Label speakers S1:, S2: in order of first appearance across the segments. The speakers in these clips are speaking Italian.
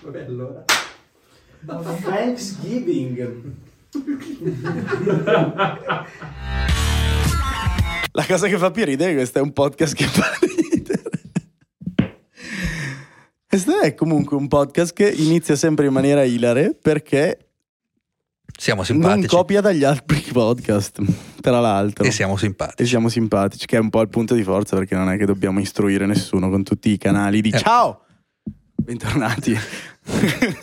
S1: Vabbè, allora.
S2: Thanksgiving.
S3: La cosa che fa più ridere è che questo è un podcast che fa ridere. Questo è comunque un podcast che inizia sempre in maniera ilare perché
S4: Siamo
S3: non
S4: simpatici.
S3: copia dagli altri podcast, tra l'altro.
S4: E siamo simpatici.
S3: E siamo simpatici, che è un po' il punto di forza perché non è che dobbiamo istruire nessuno con tutti i canali di
S4: Eh.
S3: ciao! Bentornati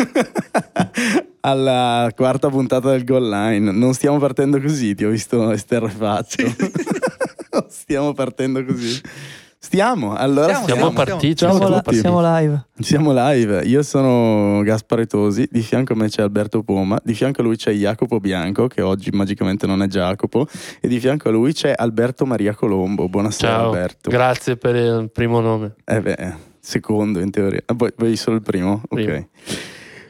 S3: alla quarta puntata del Goal Line. Non stiamo partendo così, ti ho visto esterrefatto. non stiamo partendo così. Stiamo, allora
S4: Stiamo,
S3: stiamo,
S5: Siamo partiti,
S3: siamo
S5: siamo,
S3: tutti.
S5: siamo live.
S3: Siamo live, io sono Gaspare Tosi, di fianco a me c'è Alberto Poma, di fianco a lui c'è Jacopo Bianco, che oggi magicamente non è Jacopo, e di fianco a lui c'è Alberto Maria Colombo. Buonasera
S5: Ciao,
S3: Alberto.
S5: grazie per il primo nome.
S3: eh beh, secondo in teoria. Ah, Voi, voi solo il primo?
S5: Primo.
S3: Ok.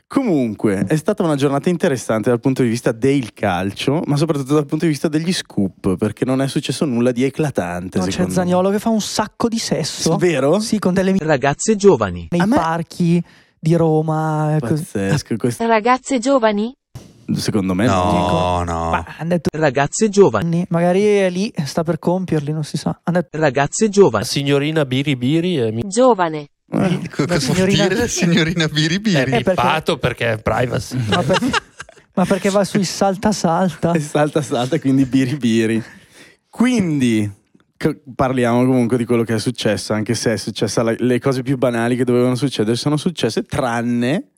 S3: Comunque, è stata una giornata interessante dal punto di vista del calcio, ma soprattutto dal punto di vista degli scoop, perché non è successo nulla di eclatante.
S5: No, c'è
S3: secondo me.
S5: Zagnolo che fa un sacco di sesso.
S3: Vero?
S5: Sì, con delle mie
S2: Ragazze giovani.
S5: nei
S3: A me-
S5: parchi di Roma. eh, così.
S3: Pazzesco, questo
S6: Ragazze giovani?
S3: secondo me
S4: No,
S5: Eh, Ma
S4: no.
S5: hanno detto
S2: Ragazze giovani.
S5: anni, magari è lì, sta per compierli, non si sa. Hanno detto
S2: Ragazze giovani.
S7: signorina Biribiri e mi
S6: Giovane.
S3: no. Eh.
S4: Co-
S5: La
S4: Cosa vuol
S5: signorina-
S4: dire la signorina Biribiri?
S5: Eh, perché-
S7: pato perché è privacy.
S5: ma, per- ma perché va sui salta salta?
S3: E salta salta, quindi biri biri. Quindi c- parliamo comunque di quello che è successo, anche se è successa la- le cose più banali che dovevano succedere sono successe tranne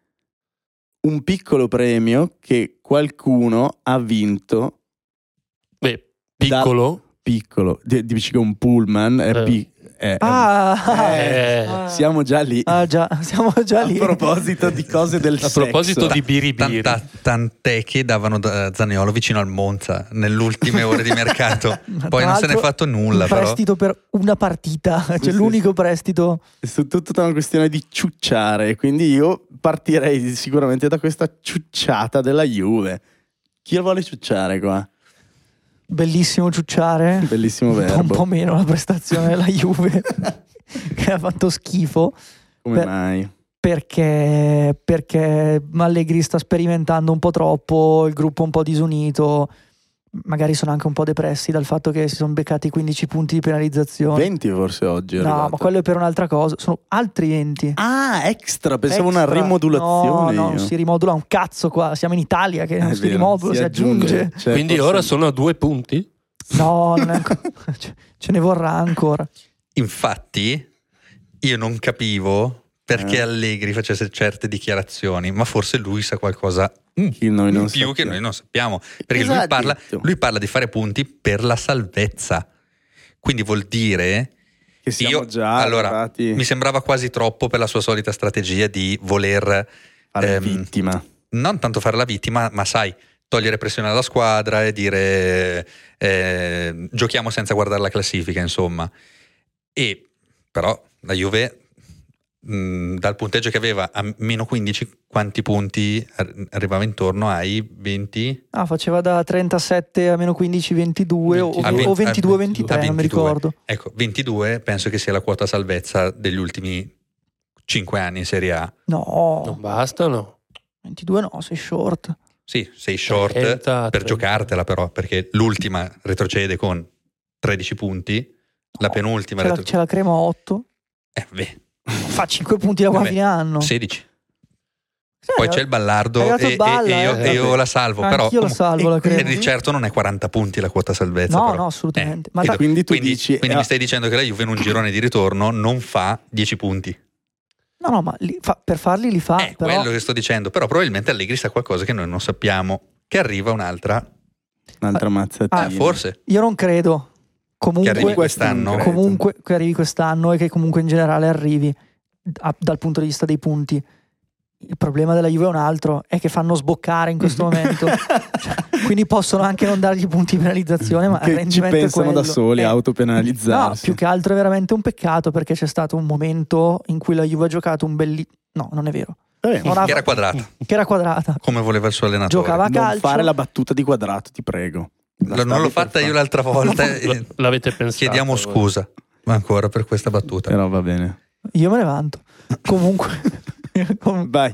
S3: un piccolo premio che qualcuno ha vinto,
S7: Beh, piccolo.
S3: piccolo, di- dici che un pullman è
S7: Eh.
S3: pi- è- è-
S5: Ah,
S7: Eh,
S5: ah,
S3: siamo già lì.
S5: ah, già, siamo già
S3: A
S5: lì.
S3: proposito di cose del
S7: a proposito
S3: sesso.
S7: di Biribiri.
S4: Tanta- tant'è che davano da Zaniolo vicino al Monza nell'ultime ore di mercato.
S5: Ma
S4: Poi
S5: tra
S4: non se ne è
S5: l'altro,
S4: fatto nulla,
S5: un
S4: però.
S5: prestito per una partita, cioè
S3: Sì, sì,
S5: l'unico prestito.
S3: È su- tutta una questione di ciucciare, quindi io partirei sicuramente da questa ciucciata della Juve. Chi la vuole ciucciare qua?
S5: Bellissimo ciucciare.
S3: Bellissimo
S5: Eh, un, po', un po'
S3: verbo.
S5: meno la prestazione della Juve, che ha fatto schifo.
S3: Come
S5: per-
S3: mai?
S5: perché, perché Allegri sta sperimentando un po' troppo, il gruppo è un po' disunito, magari sono anche un po' depressi dal fatto che si sono beccati 15 punti di penalizzazione.
S3: 20 forse oggi è
S5: no,
S3: arrivato.
S5: ma quello è per un'altra cosa, sono altri 20.
S3: Ah, extra, pensavo una
S5: Extra.
S3: rimodulazione.
S5: No, no,
S3: io.
S5: non si rimodula un cazzo qua, siamo in Italia che
S3: È
S5: non si
S3: vero,
S5: rimodula, si, aggiunge.
S3: Cioè,
S7: Quindi
S3: forse-
S7: ora sono a due punti.
S5: No, non è ancora- ce- ce ne vorrà ancora.
S4: Infatti, io non capivo perché
S3: Eh.
S4: Allegri facesse certe dichiarazioni, ma forse lui sa qualcosa in
S3: Che noi non
S4: più
S3: sappiamo.
S4: che
S3: Esatto.
S4: noi non sappiamo. Perché
S3: Cosa
S5: Esatto.
S3: ha
S4: lui, parla,
S3: detto?
S4: lui parla di fare punti per la salvezza. Quindi vuol dire
S3: Che siamo
S4: Io-
S3: già
S4: allora,
S3: arrivati
S4: mi sembrava quasi troppo per la sua solita strategia di voler
S3: a fare
S4: ehm,
S3: vittima.
S4: non tanto fare la vittima, ma sai, togliere pressione alla squadra e dire eh, giochiamo senza guardare la classifica, insomma. E però la Juve mh, dal punteggio che aveva a meno 15 quanti punti ar- arrivava intorno ai 20
S5: Ah, faceva da 37 a meno 15, 22 o,
S4: A 20
S5: o 22,
S4: a
S5: 23, non
S4: 22.
S5: mi ricordo.
S4: ecco 22 penso che sia la quota salvezza degli ultimi 5 anni in Serie A
S7: Non
S5: No,
S7: bastano.
S5: 22 no, sei short.
S4: sì
S5: Eh,
S4: sei short
S7: 30,
S4: per
S7: 30.
S4: giocartela però perché l'ultima retrocede con 13 punti la
S5: No,
S4: penultima
S5: C'è Oh, la,
S4: retro-
S5: c'è la crema a 8.
S4: eh, beh,
S5: Fa 5 punti da qua a
S4: Vabbè,
S5: fine anno.
S4: 16.
S5: Sì,
S4: Poi
S5: eh,
S4: c'è il ballardo
S5: è
S4: e,
S5: arrivato
S4: e-
S5: Balla,
S4: e io,
S7: eh.
S4: e io la salvo,
S5: Anch'io
S4: però
S5: lo
S4: comunque-
S5: salvo la crema.
S4: e di certo non è 40 punti la quota salvezza.
S5: No,
S4: però.
S5: no, assolutamente.
S4: Eh,
S5: Ma
S4: e
S5: tra-
S3: Quindi
S4: quindi-
S3: tu
S4: quindi
S3: dici
S4: quindi
S3: eh,
S4: mi stai dicendo che la Juve in un girone di ritorno non fa 10 punti.
S5: No, no, ma li- fa- per farli li fa.
S4: è
S5: Ah, però-
S4: Eh, quello che sto dicendo, però probabilmente Allegri sa qualcosa che noi non sappiamo, che arriva un'altra,
S3: un'altra
S5: Ah,
S3: mazzatina.
S4: eh, forse,
S5: Io non credo.
S4: che
S5: Comunque,
S4: arrivi
S3: questo
S4: quest'anno.
S3: non credo.
S5: comunque che arrivi quest'anno e che comunque in generale arrivi a- dal punto di vista dei punti. Il problema della Juve è un altro, è che fanno sboccare in
S3: Mhm.
S5: questo momento. Cioè, Quindi possono anche non dargli punti di penalizzazione, ma il
S3: che ci
S5: rendimento è
S3: pensano da
S5: quello.
S3: soli
S5: Eh,
S3: a
S5: No,
S3: autopenalizzarsi.
S5: più che altro è veramente un peccato perché c'è stato un momento in cui la Juve ha giocato un bellissimo... No, non è vero.
S3: Vabbè,
S5: Non ha-
S4: Che era quadrata,
S5: Che era quadrata.
S4: come voleva il suo allenatore.
S5: ah, mm. Giocava- a
S3: non
S5: calcio-
S3: fare la battuta di quadrato, ti prego. La
S4: Lo- non
S3: stavi
S4: l'ho
S3: per
S4: fatta io
S3: fare.
S4: l'altra volta, eh,
S7: L- l'avete pensato.
S4: chiediamo
S5: esatto.
S7: voi.
S4: scusa ancora per questa battuta.
S3: Però va bene.
S5: Io me ne vanto. Comunque... Com-
S3: Vai.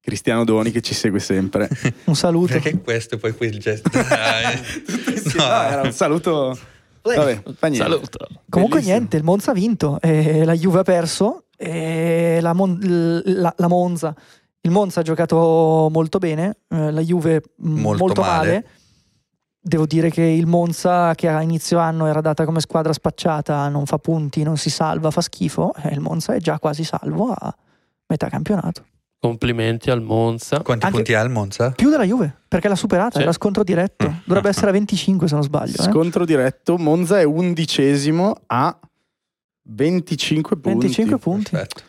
S3: Cristiano Doni che ci segue sempre.
S5: Un saluto.
S4: Perché questo e poi quel gesto? Dai.
S3: Sì, no, era un saluto. Vabbè, fa niente.
S7: Saluta.
S5: Comunque
S3: Bellissimo.
S5: niente, il Monza ha vinto, e la Juve ha perso, e la, Mon- l- la- la Monza. Il Monza ha giocato molto bene, eh, la Juve mh,
S4: Molto
S5: molto, male.
S4: male.
S5: Devo dire che il Monza, che a inizio anno era data come squadra spacciata, non fa punti, non si salva, fa schifo, e il Monza è già quasi salvo a metà campionato.
S7: Complimenti al Monza.
S4: Quanti
S5: Anche-
S4: punti ha il Monza?
S5: Più della Juve, perché l'ha superata,
S7: Sì.
S5: era scontro
S4: Mm.
S5: diretto. Dovrebbe essere a 25 se non sbaglio. eh.
S3: Scontro diretto. Monza è undicesimo a 25 punti.
S5: 25 punti.
S4: Perfetto.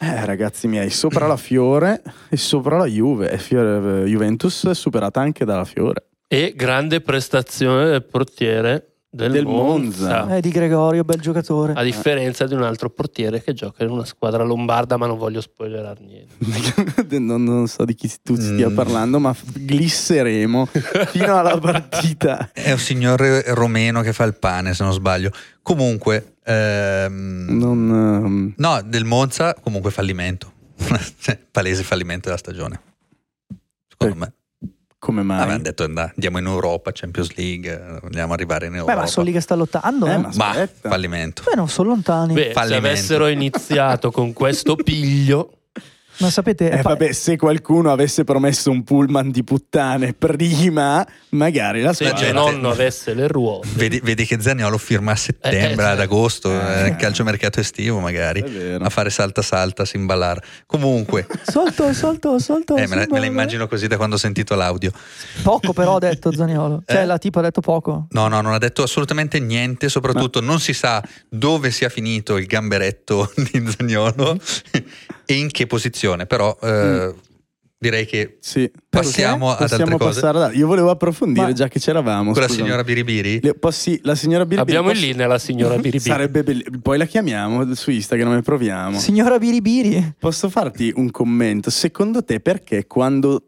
S3: Eh, ragazzi miei, sopra la Fiore e sopra la Juve. E Fiore- eh, Juventus è superata anche dalla Fiore.
S7: E grande prestazione del portiere del,
S3: Del
S7: Monza.
S3: Monza.
S5: Eh, di Gregorio, bel giocatore.
S7: A differenza di un altro portiere che gioca in una squadra lombarda, ma non voglio spoilerare niente.
S3: non, non so di chi tu stia
S4: Mm.
S3: parlando, ma glisseremo fino alla partita.
S4: È un signore romeno che fa il pane, se non sbaglio. Comunque, ehm,
S3: Non, ehm,
S4: no, del Monza comunque fallimento. Cioè, Palese fallimento della stagione. Secondo
S3: Eh,
S4: me.
S3: come mai?
S4: Avevano detto "Andà, andiamo in Europa, Champions League, eh, vogliamo arrivare in Europa.
S5: Beh, ma sono lì che sta lottando.
S3: Eh,
S5: eh.
S3: ma-
S4: Ma,
S3: Aspetta.
S4: fallimento.
S5: Beh, non sono lontani.
S7: Beh, se
S4: Fallimento.
S7: avessero iniziato con questo piglio,
S5: Ma sapete,
S3: Eh,
S5: fa-
S3: vabbè, se qualcuno avesse promesso un pullman di puttane prima, magari la
S7: se
S4: La
S3: squadra
S4: gente-
S7: Genonno avesse le ruote,
S4: Vedi, vedi che Zaniolo firma a
S7: Eh, eh,
S4: settembre,
S7: sì. Eh,
S4: ad agosto,
S3: Eh,
S4: eh,
S3: sì.
S4: calciomercato estivo magari,
S3: È vero.
S4: a fare salta salta, simbalar. Comunque,
S5: solto, solto, solto.
S4: eh, me, la,
S5: sì,
S4: me la
S5: ma-
S4: immagino così da quando ho sentito l'audio.
S5: Poco però ha detto Zaniolo. Cioè,
S4: Eh.
S5: la tipa ha detto poco.
S4: No, no, non ha detto assolutamente niente, soprattutto non si sa dove sia finito il gamberetto di Zaniolo e in che posizione, però eh,
S7: Mm.
S4: direi che
S3: Sì.
S4: passiamo ad
S3: Possiamo
S4: altre cose.
S3: passare da- Io volevo approfondire,
S5: Ma-
S3: già che c'eravamo.
S4: Con la
S3: scusami.
S4: signora Biribiri?
S3: Le- possi- la signora Biribiri.
S7: abbiamo in
S3: posso-
S7: linea la signora Biribiri.
S3: Sarebbe belli- Poi la chiamiamo su Instagram e proviamo.
S5: Signora Biribiri.
S3: Posso farti un commento? Secondo te perché quando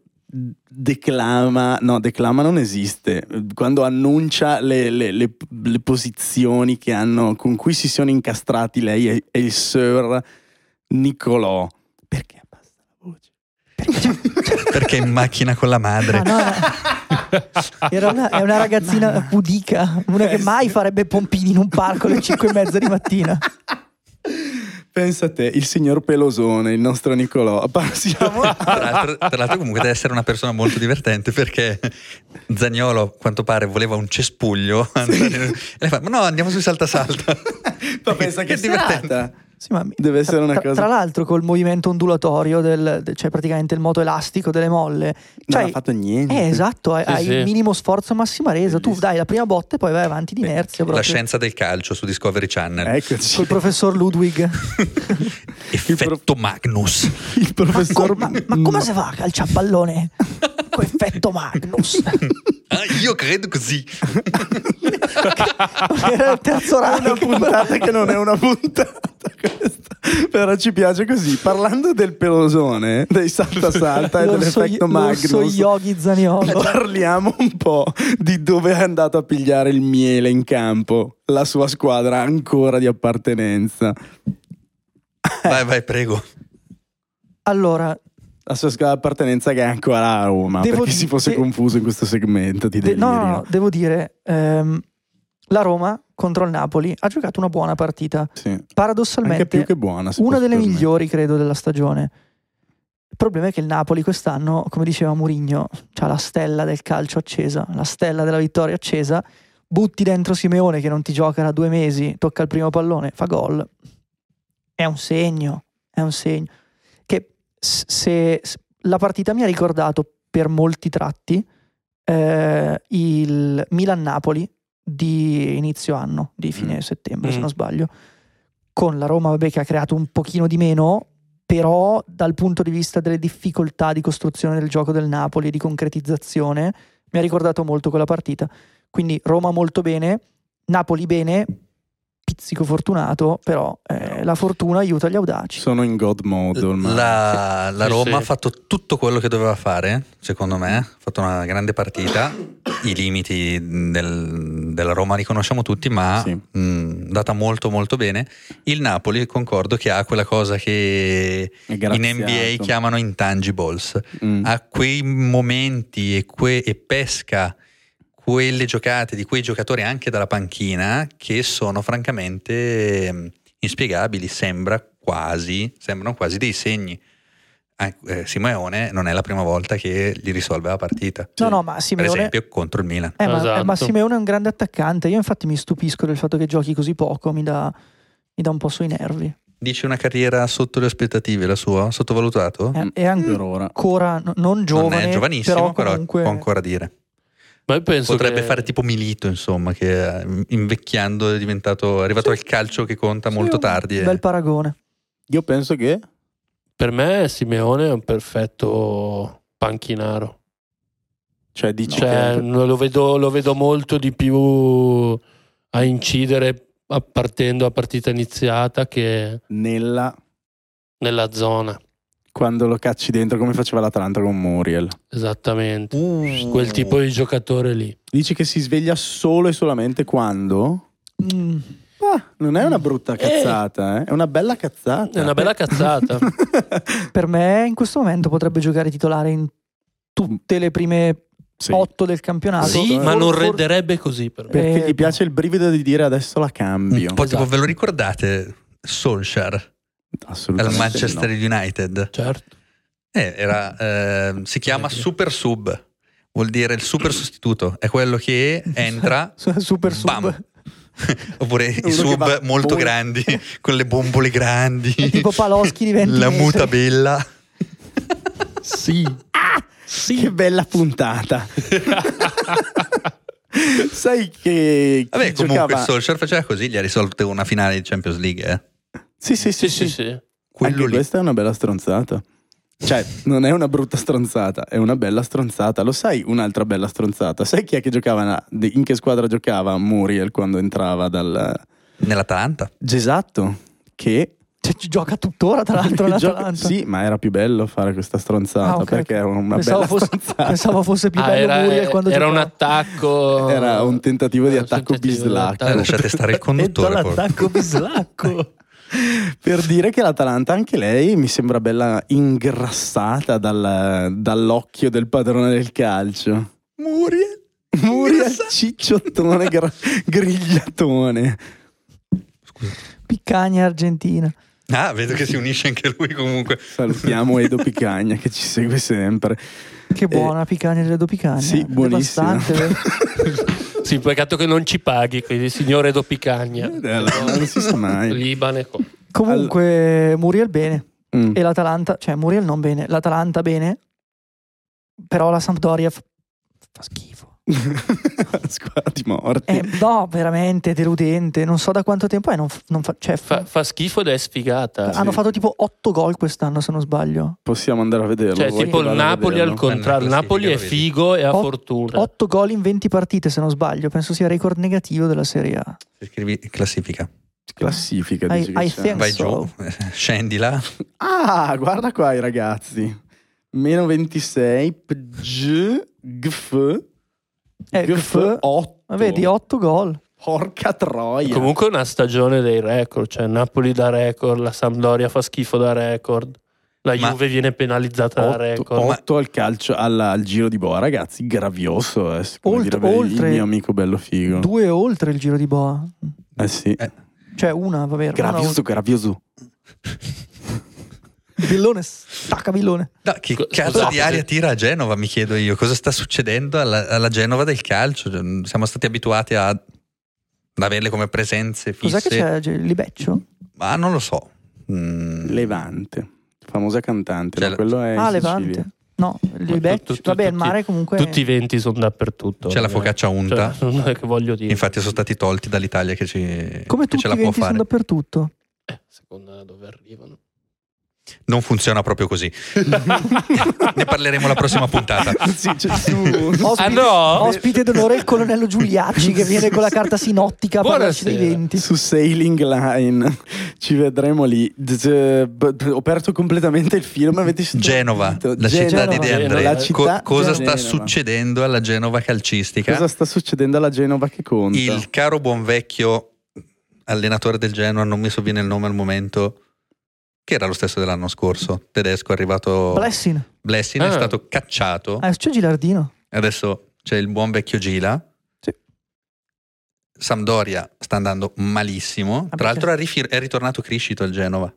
S3: declama, no, declama non esiste, quando annuncia le, le- le- le posizioni che hanno, con cui si sono incastrati lei e, e il Sir Nicolò, perché abbassa la voce?
S4: Perché è in macchina con la madre.
S5: Ah, no, era- era una- è una ragazzina pudica, una
S4: Eh,
S3: Eh,
S5: che mai farebbe pompini in un parco alle 5 e mezza di mattina.
S3: Pensa a te, il signor Pelosone, il nostro Nicolò, passiamo
S4: Tra l'altro, tra l'altro comunque deve essere una persona molto divertente perché Zagnolo a quanto pare voleva un cespuglio e lei fa ma no andiamo sui salta salta
S3: Ma pensa che
S4: È divertente.
S3: serata!
S5: Sì, ma mi-
S3: Deve essere una
S5: tra,
S3: cosa-
S5: Tra l'altro, col movimento ondulatorio, del, de- cioè praticamente il moto elastico delle molle,
S3: Non
S5: cioè,
S3: ha fatto niente.
S5: Eh, esatto, hai,
S7: Sì,
S5: hai
S7: sì.
S5: il minimo sforzo, massima resa. Tu
S3: Bellissimo.
S5: dai la prima botta e poi vai avanti di inerzia.
S4: la
S5: proprio.
S4: scienza del calcio su Discovery Channel
S3: Eccoci.
S5: Col professor Ludwig.
S4: effetto
S3: Eh, il prof-
S4: Magnus
S3: il
S5: ma,
S3: professor... Mm.
S5: ma- ma come si fa a calciare a pallone? Con effetto Magnus.
S4: Ah, io credo così
S5: Era il terzo
S3: È
S5: round.
S3: una puntata che non è una puntata questa. Però ci piace così. Parlando del pelosone, dei salta salta e
S5: L'orso,
S3: dell'effetto
S5: l'orso
S3: Magnus.
S5: Yogi Zaniolo.
S3: Parliamo un po' di dove è andato a pigliare il miele in campo, la sua squadra ancora di appartenenza.
S4: vai vai prego
S5: Allora,
S3: La sua squadra di appartenenza che è ancora a Roma,
S5: Devo
S3: perché
S5: di-
S3: si fosse
S5: de-
S3: confuso in questo segmento di
S5: de-
S3: delirio.
S5: no, no, no, devo dire, ehm, la Roma contro il Napoli ha giocato una buona partita.
S3: Sì. Anche più
S5: Paradossalmente,
S3: che buona. se
S5: una
S3: posso
S5: delle
S3: permettere.
S5: migliori, credo, della stagione. Il problema è che il Napoli quest'anno, come diceva Murigno, ha la stella del calcio accesa, la stella della vittoria accesa. Butti dentro Simeone che non ti gioca da due mesi, tocca il primo pallone, fa gol. È un segno, è un segno. Che s- se s- la partita mi ha ricordato per molti tratti eh, il Milan-Napoli di inizio anno, di fine
S3: Mm.
S5: settembre, se
S7: Mm.
S5: non sbaglio con la Roma vabbè, che ha creato un pochino di meno, però dal punto di vista delle difficoltà di costruzione del gioco del Napoli e di concretizzazione, mi ha ricordato molto quella partita. Quindi Roma molto bene, Napoli bene, pizzico fortunato, però eh, la fortuna aiuta gli audaci.
S3: Sono in God mode ormai.
S4: La, la
S7: Sì,
S4: Roma
S7: sì.
S4: ha fatto tutto quello che doveva fare, secondo me, ha fatto una grande partita, i limiti del- della Roma li conosciamo tutti, ma
S3: Sì.
S4: mh, Mm, data molto molto bene. Il Napoli, concordo, che ha quella cosa che
S3: È graziato.
S4: in NBA chiamano intangibles,
S3: Mm.
S4: ha quei momenti e, que- e pesca quelle giocate di quei giocatori anche dalla panchina che sono francamente eh, inspiegabili, sembra quasi, sembrano quasi dei segni. An- eh, Simeone non è la prima volta che gli risolve la partita,
S5: No, no, ma
S4: per
S5: Simeone,
S4: esempio contro il Milan.
S5: eh, ma,
S7: Esatto.
S5: eh, ma Simeone è un grande attaccante. Io infatti mi stupisco del fatto che giochi così poco, mi dà, mi dà un po' sui nervi.
S4: Dice una carriera sotto le aspettative la sua, sottovalutato?
S5: È, è
S3: per
S5: ancora
S3: ora.
S5: no- non giovane,
S4: non è giovanissimo,
S5: però
S4: però,
S5: comunque
S4: può ancora dire.
S7: Ma io penso
S4: Potrebbe
S7: che-
S4: fare tipo Milito, insomma, che eh, invecchiando è diventato è arrivato
S5: Sì.
S4: al calcio che conta
S5: Sì,
S4: molto
S5: un
S4: tardi. eh. e-
S5: Bel paragone.
S3: Io penso che
S7: Per me Simeone è un perfetto panchinaro.
S3: cioè dici
S7: Cioè,
S3: che-
S7: no, lo, vedo, lo vedo molto di più a incidere a- partendo a partita iniziata che
S3: nella
S7: nella zona.
S3: quando lo cacci dentro come faceva l'Atalanta con Muriel.
S7: Esattamente. Mm.
S3: Mm.
S7: Quel tipo di giocatore lì.
S3: Dici che si sveglia solo e solamente quando?
S5: Mm.
S3: Ah, non è una brutta
S7: Eh.
S3: cazzata, eh. è una bella cazzata.
S7: È una bella cazzata.
S5: Per me in questo momento potrebbe giocare titolare in tutte le prime
S3: Sì.
S5: otto del campionato.
S7: sì,
S5: For-
S7: ma non
S5: Ah, for-
S7: renderebbe così per me.
S3: Perché
S5: Eh,
S3: gli piace il brivido di dire adesso la
S4: Un
S3: cambio.
S4: po' tipo,
S7: Esatto.
S4: ve lo ricordate? Solskjaer al
S3: Assolutamente.
S4: Manchester
S3: no.
S4: United.
S7: Certo.
S4: Eh, era, ehm, si chiama
S7: Sì.
S4: super sub, vuol dire il super sostituto, è quello che entra
S5: Super sub.
S4: Bam. oppure
S3: Uno
S4: i
S3: che
S4: sub
S3: va-
S4: molto
S3: vola.
S4: grandi con le bombole grandi.
S5: È tipo Paloschi di 20
S4: La
S5: metri.
S4: muta bella.
S3: Sì. Che bella puntata. Sai che chi
S4: Vabbè, comunque
S3: giocava...
S4: Solskjaer faceva così, gli ha risolto una finale di Champions League, eh.
S3: Sì, sì, sì,
S7: Sì,
S3: sì.
S7: sì, sì.
S4: Quello
S3: Anche
S4: lì.
S3: questa è una bella stronzata. Cioè, non è una brutta stronzata, è una bella stronzata. Lo sai, un'altra bella stronzata. Sai chi è che giocava na- di- in che squadra giocava Muriel quando entrava dal
S4: nell'Atalanta.
S5: Eh,
S3: Gesatto, che
S5: Cioè, ci gioca tuttora, tra l'altro,
S3: che gioca-
S5: l'Atalanta.
S3: Sì, ma era più bello fare questa stronzata
S5: Ah, ok.
S3: perché era una
S5: pensavo,
S3: bella
S5: fosse,
S3: stronzata.
S5: pensavo fosse più
S7: Ah,
S5: bello
S7: era,
S4: eh,
S5: Muriel quando
S7: era un
S5: giocava.
S7: attacco.
S3: Era un tentativo di
S7: Era un
S3: attacco
S7: tentativo di
S3: bislacco.
S4: Eh,
S7: attacco.
S4: lasciate stare il conduttore. porco.
S5: L'attacco bislacco.
S3: per dire che l'Atalanta anche lei mi sembra bella ingrassata dal- dall'occhio del padrone del calcio. Muriel. Muriel
S4: Ingrassato.
S3: cicciottone gra- grigliatone.
S5: Piccagna argentina.
S4: Ah, vedo che si unisce anche lui comunque.
S3: Salutiamo Edo Picagna che ci segue sempre.
S5: Che buona Piccagna delle Piccagna.
S3: Eh, Sì, buonissima.
S5: Ah, Devastante.
S7: Sì, peccato che non ci paghi, quindi signore Do Picagna.
S3: Eh, allora, non si sa mai.
S7: Libane. co-
S5: Comunque, Muriel bene.
S3: Mm.
S5: E l'Atalanta, cioè Muriel non bene, l'Atalanta bene, però la Sampdoria f- fa schifo.
S3: Squadra di morti.
S5: Eh, no, veramente deludente. Non so da quanto tempo è. Non, f- non fa- cioè, f-
S7: Fa, fa schifo ed è sfigata.
S5: hanno fatto tipo 8 gol quest'anno, se non sbaglio.
S3: Possiamo andare a vederlo.
S7: Cioè,
S3: voi
S7: tipo
S3: che
S7: il
S3: vado a
S7: Napoli
S3: vederlo.
S7: al contrario. Il
S4: Nella
S7: Napoli è
S4: classifica, lo vedi.
S7: figo e ha
S5: Ot-
S7: fortuna.
S5: 8 gol in 20 partite, se non sbaglio. Penso sia record negativo della Serie A.
S4: Se Scrivi classifica.
S3: Classifica.
S5: I-
S3: dici che
S5: I
S3: c'è.
S5: think-
S4: Vai
S5: So.
S4: giù, Eh, scendi là.
S3: Ah, guarda qua i ragazzi. Meno 26, pg, gf,
S5: Eh,
S3: gf,
S5: gf,
S3: 8.
S5: Ma vedi, 8 gol.
S3: Porca troia.
S7: Comunque è una stagione dei record, cioè Napoli da record, la Sampdoria fa schifo da record, la
S4: Ma-
S7: Juve viene penalizzata da
S3: 8,
S7: record. Ma-
S3: al calcio alla- al giro di boa, ragazzi, gravioso. Eh, come
S5: Oltre-
S3: direbbe
S5: oltre-
S3: il mio amico bello figo.
S5: Due oltre il giro di Boa.
S3: Eh sì.
S4: Eh,
S5: Cioè, una, va bene. una
S3: Gravioso,
S5: oltre.
S3: gravioso.
S5: Villone, stacca Villone.
S4: No, che
S7: Co-
S4: cazzo
S7: scusate.
S4: di aria tira a Genova, mi chiedo io. Cosa sta succedendo alla, alla Genova del calcio? Cioè, Siamo stati abituati a- ad averle come presenze
S5: Cos'è che
S4: fisse.
S5: c'è? Ge- Libeccio?
S4: Ma non lo so. Mm.
S3: Levante, famosa cantante.
S4: Cioè,
S3: ma quello è in
S5: ah,
S3: Sicilia.
S5: Levante. No,
S7: Eh, tu-
S5: Libeccio.
S7: tu-
S5: Vabbè, il
S7: tutti-
S5: mare comunque...
S7: Tutti i venti sono dappertutto.
S4: C'è la
S7: ormai.
S4: focaccia unta.
S7: Cioè, non è che voglio dire.
S4: Infatti sono stati tolti dall'Italia che, ci,
S5: Come
S4: che
S5: tutti
S4: ce
S5: i
S4: la può
S5: venti sono
S4: fare.
S5: dappertutto.
S7: Eh, secondo me dove arrivano.
S4: Non funziona proprio così. ne parleremo la prossima puntata.
S3: Sì, c'è su.
S5: Ospite,
S7: Ah, no?
S5: ospite d'onore il colonnello Giuliacci che viene con la carta sinottica a parlarci dei
S7: Buonasera.
S5: denti.
S3: su Sailing Line. Ci vedremo lì. Z- b- Ho perso completamente il film. Avete sentito?
S4: Genova, la città di De
S7: Genova.
S4: Andrea.
S3: La città
S4: Co- cosa
S3: di
S4: sta
S3: Genova.
S4: succedendo alla Genova calcistica?
S3: Cosa sta succedendo alla Genova che conta?
S4: Il caro buon vecchio allenatore del Genoa, non mi sovviene il nome al momento, che era lo stesso dell'anno scorso, tedesco, è
S7: Oh.
S4: arrivato
S5: Blessing.
S4: Blessing, è
S7: Ah.
S4: stato cacciato.
S5: Ah, c'è Gilardino.
S4: Adesso c'è il buon vecchio Gila.
S5: Sì.
S4: Sampdoria sta andando malissimo.
S5: Ah,
S4: Tra l'altro
S5: perché?
S4: è, rifi- è ritornato Criscito al Genova.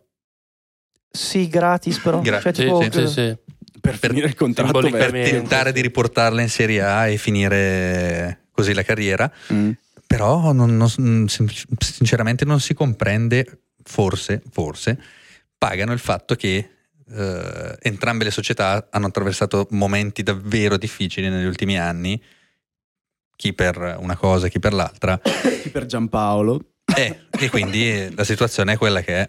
S5: Sì, gratis però.
S4: Gra-
S5: Cioè,
S7: Sì,
S5: tipo,
S7: sì, sì, sì.
S3: per finire il contratto.
S4: Per
S7: Simbolicamente.
S3: vero.
S4: tentare di riportarla in Serie A e finire così la carriera.
S3: Mm.
S4: Però non- non- sin- sinceramente non si comprende, forse, forse, pagano il fatto che eh, entrambe le società hanno attraversato momenti davvero difficili negli ultimi anni, chi per una cosa, chi per l'altra,
S3: Chi Per Giampaolo.
S4: Eh, e quindi eh, la situazione è quella che è.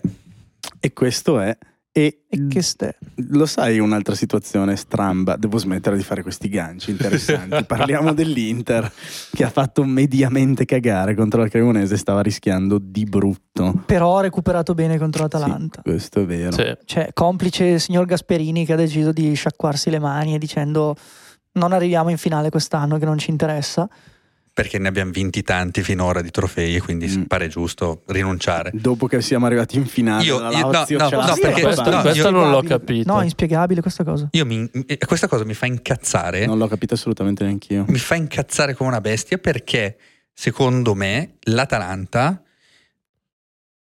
S3: E questo è. E,
S5: E che ste.
S3: lo sai un'altra situazione stramba? Devo smettere di fare questi ganci interessanti. Parliamo dell'Inter che ha fatto mediamente cagare contro la Cremonese. Stava rischiando di brutto.
S5: Però ha recuperato bene contro l'Atalanta.
S3: Sì, questo è vero.
S7: Sì.
S5: Cioè, complice il signor Gasperini che ha deciso di sciacquarsi le mani e dicendo non arriviamo in finale quest'anno che non ci interessa.
S4: Perché ne abbiamo vinti tanti finora di trofei, e quindi
S3: Mm.
S4: pare giusto rinunciare.
S3: Dopo che siamo arrivati in finale,
S4: Io-
S3: la
S4: io-
S3: Lazio
S4: no, no,
S3: ce l'ha
S4: no,
S3: fatta
S4: perché-
S3: avanti.
S7: Questa,
S4: no,
S7: questa
S4: io-
S7: non l'ho
S5: Inspiegabile.
S7: capito.
S5: No, inspiegabile questa cosa.
S4: Io mi- eh, questa cosa mi fa incazzare.
S3: non l'ho capito assolutamente neanch'io.
S4: mi fa incazzare come una bestia perché secondo me l'Atalanta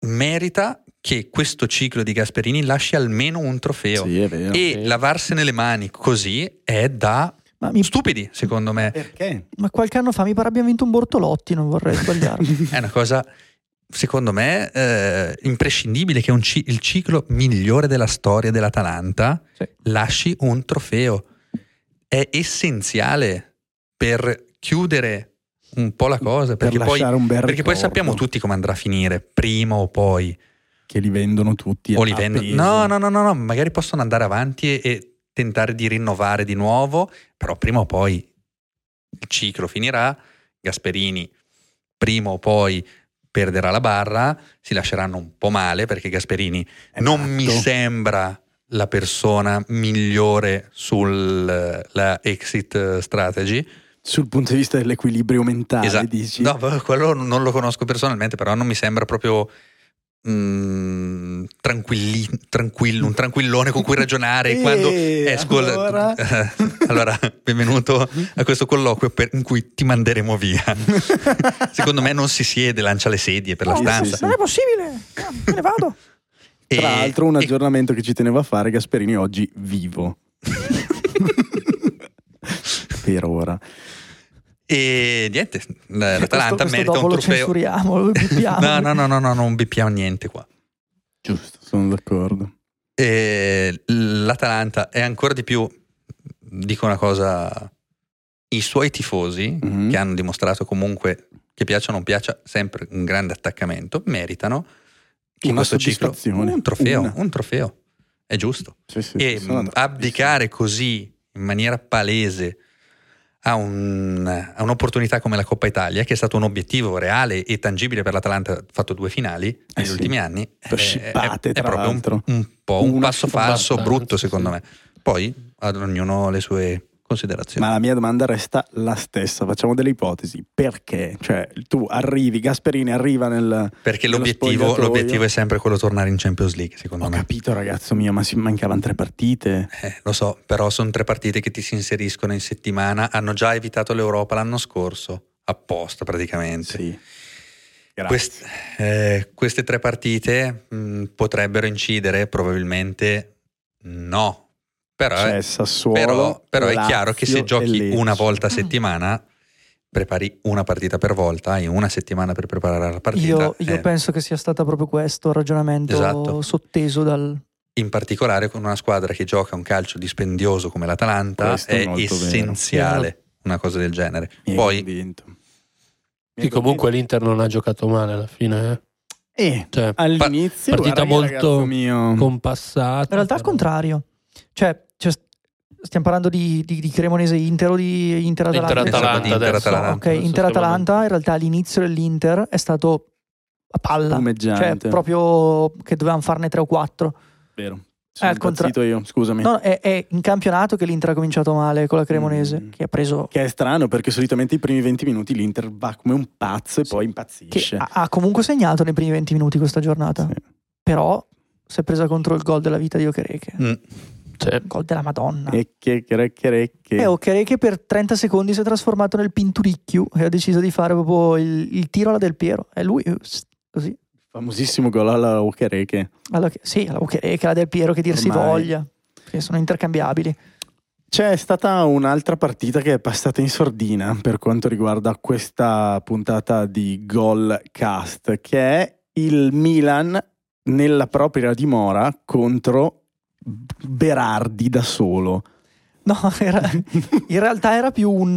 S4: merita che questo ciclo di Gasperini lasci almeno un trofeo
S3: Sì, è vero.
S4: e
S7: Sì.
S4: lavarsene le mani così è da
S5: Ma, mi-
S4: stupidi secondo me
S3: Perché?
S5: ma qualche anno fa mi pare abbia vinto un Bortolotti, non vorrei sbagliarmi.
S4: è una cosa secondo me eh, imprescindibile che un ci- il ciclo migliore della storia dell'Atalanta
S5: Sì.
S4: lasci un trofeo è essenziale per chiudere un po' la cosa
S3: Per
S4: perché poi
S3: lasciare un bel
S4: Perché poi
S3: ricordo.
S4: sappiamo tutti come andrà a finire, prima o poi.
S3: che li vendono tutti.
S4: O li
S3: a
S4: vendono.
S3: peso.
S4: No, no, no, no, no, magari possono andare avanti e, e tentare di rinnovare di nuovo, però prima o poi il ciclo finirà, Gasperini prima o poi perderà la barra, si lasceranno un po' male perché Gasperini
S3: È
S4: non
S3: matto.
S4: mi sembra la persona migliore sulla exit strategy.
S3: Sul punto di vista dell'equilibrio mentale,
S4: Esatto.
S3: Ah, dici.
S4: No, però quello non lo conosco personalmente, però non mi sembra proprio mm, tranquilli- tranquillo, un tranquillone con cui ragionare
S3: Eh,
S4: quando esco. al-
S3: allora?
S4: Allora, benvenuto a questo colloquio per- in cui ti manderemo via. Secondo me non si siede, lancia le sedie per la
S5: No,
S3: Ah, Sì,
S4: stanza.
S3: sì, sì.
S5: Non è possibile, Ah, me ne vado.
S4: E-
S3: Tra l'altro, un
S4: e-
S3: aggiornamento che ci tenevo a fare: Gasperini oggi vivo. per ora.
S4: E niente, Eh, l'Atalanta
S5: Questo- questo
S4: merita
S5: dopo
S4: un
S5: lo
S4: trofeo.
S5: censuriamo, lo bippiamo.
S4: No, no, no, no, no, non bippiamo niente qua.
S3: Giusto. Sono d'accordo.
S4: E l'Atalanta è ancora di più, dico una cosa, i suoi tifosi,
S3: Mhm.
S4: che hanno dimostrato comunque che piaccia o non piaccia, sempre un grande attaccamento, meritano che
S3: Una
S4: questo ciclo
S3: soddisfazione.
S4: un trofeo,
S3: Una.
S4: un trofeo, è giusto.
S3: Sì, sì,
S4: e
S3: sono
S4: mh,
S3: d'accordissimo.
S4: Ehm, abdicare così, in maniera palese, a, un- a un'opportunità come la Coppa Italia, che è stato un obiettivo reale e tangibile per l'Atalanta, ha fatto due finali
S3: Eh
S4: negli
S3: sì.
S4: ultimi anni, è,
S3: Due scippate,
S4: è- è
S3: tra
S4: proprio un,
S3: l'altro.
S4: un po' un
S3: Una
S4: passo
S3: scippata,
S4: falso
S7: anzi,
S4: brutto secondo
S7: sì.
S4: me. Poi ad ognuno le sue considerazioni.
S3: Ma la mia domanda resta la stessa, facciamo delle ipotesi. Perché? Cioè, tu arrivi, Gasperini arriva nel...
S4: Perché
S3: nello
S4: l'obiettivo,
S3: spogliatoio.
S4: l'obiettivo è sempre quello di tornare in Champions League, secondo
S3: Ho
S4: me.
S3: capito ragazzo mio, ma si mancavano tre partite.
S4: Eh, lo so, però sono tre partite che ti si inseriscono in settimana, hanno già evitato l'Europa l'anno scorso, apposta praticamente.
S3: Eh, Sì. Grazie.
S4: Quest- eh, queste tre partite mh, potrebbero incidere? Probabilmente no. Però, è-
S3: Cioè, Sassuolo,
S4: eh, però- però è
S3: Lazio
S4: chiaro che se
S3: e
S4: giochi
S3: Lecce.
S4: una volta a
S5: Ah.
S4: settimana, prepari una partita per volta, hai una settimana per preparare la partita.
S5: Io, io
S4: eh,
S5: penso che sia stato proprio questo il ragionamento
S4: Esatto.
S5: sotteso dal...
S4: in particolare con una squadra che gioca un calcio dispendioso come l'Atalanta,
S3: Questo è
S4: è
S3: molto vero.
S4: essenziale
S5: Esatto.
S4: una cosa del genere.
S3: Mi hai
S4: Poi
S3: convinto. Mi hai
S7: Sì, comunque
S3: convinto.
S7: l'Inter non ha giocato male alla fine. eh.
S3: E
S7: Cioè,
S3: all'inizio
S7: partita
S3: guarda che
S7: molto
S3: ragazzo
S7: mm.
S3: mio.
S5: ah,
S7: compassata.
S5: In realtà al
S7: però.
S5: contrario. Cioè, cioè, stiamo parlando di, di, di Cremonese Inter o di Inter Atalanta?
S7: Inter-Atalanta
S4: Inter-Atalanta
S7: adesso.
S4: adesso.
S5: Ok, Inter Atalanta in realtà all'inizio dell'Inter è stato a palla. Cioè,
S3: Fumeggiante.
S5: proprio che dovevamo farne 3 o 4.
S3: Vero. Sono
S5: al contra-
S3: impazzito io, scusami.
S5: No, è, è in campionato che l'Inter ha cominciato male con la Cremonese,
S3: Mm.
S5: che ha preso.
S3: Che è strano perché solitamente i primi 20 minuti l'Inter va come un pazzo e poi
S5: Che
S3: impazzisce.
S5: ha, ha comunque segnato nei primi 20 minuti questa giornata.
S3: Sì.
S5: Però si è presa contro il gol della vita di Okereke.
S4: Mm.
S7: Cioè,
S5: Gol della Madonna. E,
S3: E che, che, re- che, re- che.
S5: Okereke per 30 secondi si è trasformato nel pinturicchio e ha deciso di fare proprio il, il tiro alla Del Piero. E lui, eh, s- così.
S3: famosissimo gol alla Okereke.
S5: Alla, sì, la Okereke, la Del Piero, che dir si
S3: Ormai.
S5: voglia. Perché sono intercambiabili.
S3: C'è stata un'altra partita che è passata in sordina per quanto riguarda questa puntata di Goal Cast, che è il Milan nella propria dimora contro Berardi da solo.
S5: No, era- in realtà era più un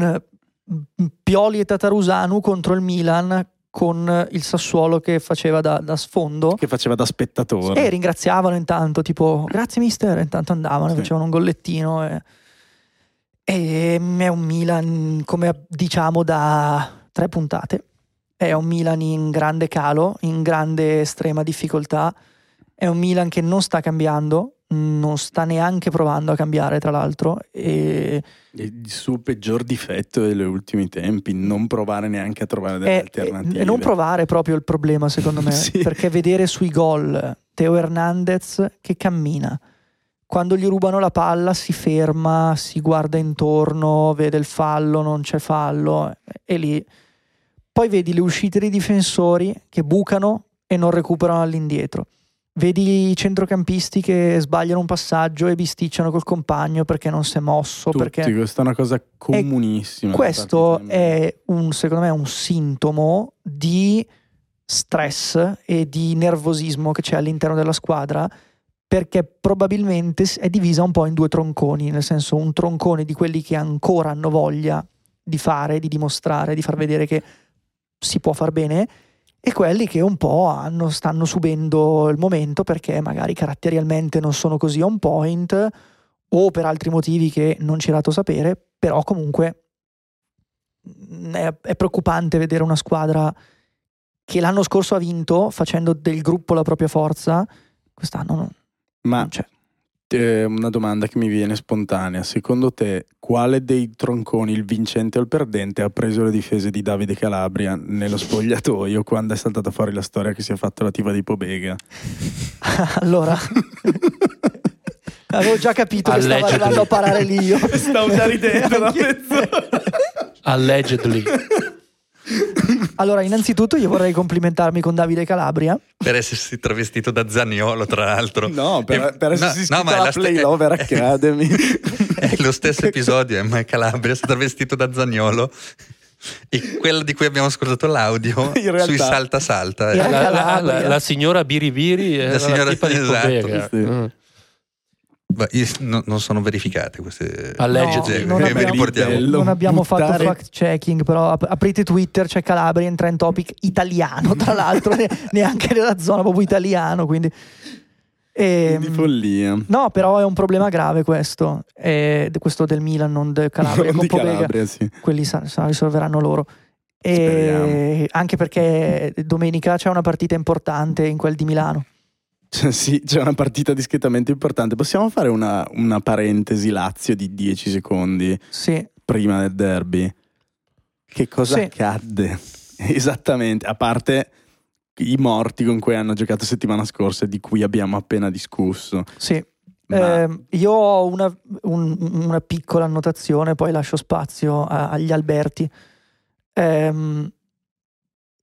S5: mm, Pioli e Tatarusanu contro il Milan con eh, il Sassuolo che faceva da, da sfondo
S3: che faceva da spettatore.
S5: e ringraziavano intanto tipo grazie mister, intanto andavano,
S3: Sì.
S5: facevano un gollettino e, e mm, è un Milan come diciamo da tre puntate, è un Milan in grande calo, in grande estrema difficoltà, è un Milan che non sta cambiando, non sta neanche provando a cambiare tra l'altro e
S3: Il suo peggior difetto degli ultimi tempi, non provare neanche a trovare delle
S5: Eh,
S3: alternative.
S5: E non provare è proprio il problema, secondo me,
S3: Sì.
S5: perché vedere sui gol Teo Hernandez che cammina. Quando gli rubano la palla si ferma, si guarda intorno, vede il fallo, non c'è fallo e lì poi vedi le uscite dei difensori che bucano e non recuperano all'indietro. Vedi i centrocampisti che sbagliano un passaggio e bisticciano col compagno perché non si è mosso,
S3: Tutti,
S5: perché
S3: questa è una cosa comunissima. da
S5: questo
S3: parte di Milan.
S5: è un, secondo me, un sintomo di stress e di nervosismo che c'è all'interno della squadra perché probabilmente s- è divisa un po' in due tronconi, nel senso un troncone di quelli che ancora hanno voglia di fare, di dimostrare, di far vedere che si può far bene e quelli che un po' hanno- stanno subendo il momento perché magari caratterialmente non sono così on point o per altri motivi che non ci è dato sapere, però comunque mh, è, è preoccupante vedere una squadra che l'anno scorso ha vinto facendo del gruppo la propria forza, quest'anno non,
S3: Ma
S4: Mm,
S5: non
S4: cioè.
S5: c'è.
S3: eh, una domanda che mi viene spontanea. Secondo te, quale dei tronconi, il vincente o il perdente, ha preso le difese di Davide Calabria nello spogliatoio quando è saltata fuori la storia che si è fatta la tiva di Pobega?
S5: allora, avevo già capito che stavo
S7: Allegedly.
S5: arrivando a parare lì io.
S3: Stavo già ridendo da
S5: Anche-
S3: mezz'ora.
S7: Allegedly.
S5: Allora, innanzitutto io vorrei complimentarmi con Davide Calabria.
S4: Per essersi travestito da Zaniolo, tra l'altro.
S3: No, per,
S4: E-
S3: per essersi
S4: Eh,
S3: iscritto
S4: no, no, ma è
S3: alla
S4: la eh, ste-
S3: Play Lover Academy.
S4: È lo stesso episodio, è Mike Calabria, è stato vestito da Zagnolo e quello di cui abbiamo ascoltato l'audio
S3: In realtà-
S4: sui salta salta.
S5: In
S4: eh.
S7: la, la- la-
S5: Calabria.
S7: la signora Biribiri era
S4: La
S7: la
S4: signora-
S7: tipa di
S4: esatto.
S7: Pobega.
S3: Sì.
S7: Mm.
S4: Ma io s- no- non sono verificate queste
S7: Allegedly.
S4: Eh,
S5: No, non
S4: ve- ve
S5: abbiamo-
S4: le riportiamo.
S3: Bello
S5: non abbiamo fatto
S3: buttare-
S5: fact checking, però ap- aprite Twitter, c'è Calabria, entra in topic italiano, tra l'altro, ne- neanche nella zona proprio italiano, quindi... Ehm,
S3: Di follia.
S5: no, però è un problema grave questo, eh, de- questo del Milan, non del Calabria,
S3: Non
S5: con
S3: di
S5: Pobega.
S3: Calabria, sì.
S5: quelli sa- sa- risolveranno loro. E
S3: Speriamo.
S5: anche perché domenica c'è una partita importante in quel di Milano.
S3: Cioè, sì, c'è una partita discretamente importante. Possiamo fare una, una parentesi Lazio di 10 secondi
S5: Sì,
S3: prima del derby? Che cosa
S5: Sì.
S3: accadde? Esattamente, a parte i morti con cui hanno giocato settimana scorsa e di cui abbiamo appena discusso.
S5: sì.
S3: Ma
S5: Ehm, io ho una, un- una piccola annotazione, poi lascio spazio a- agli Alberti. Ehm,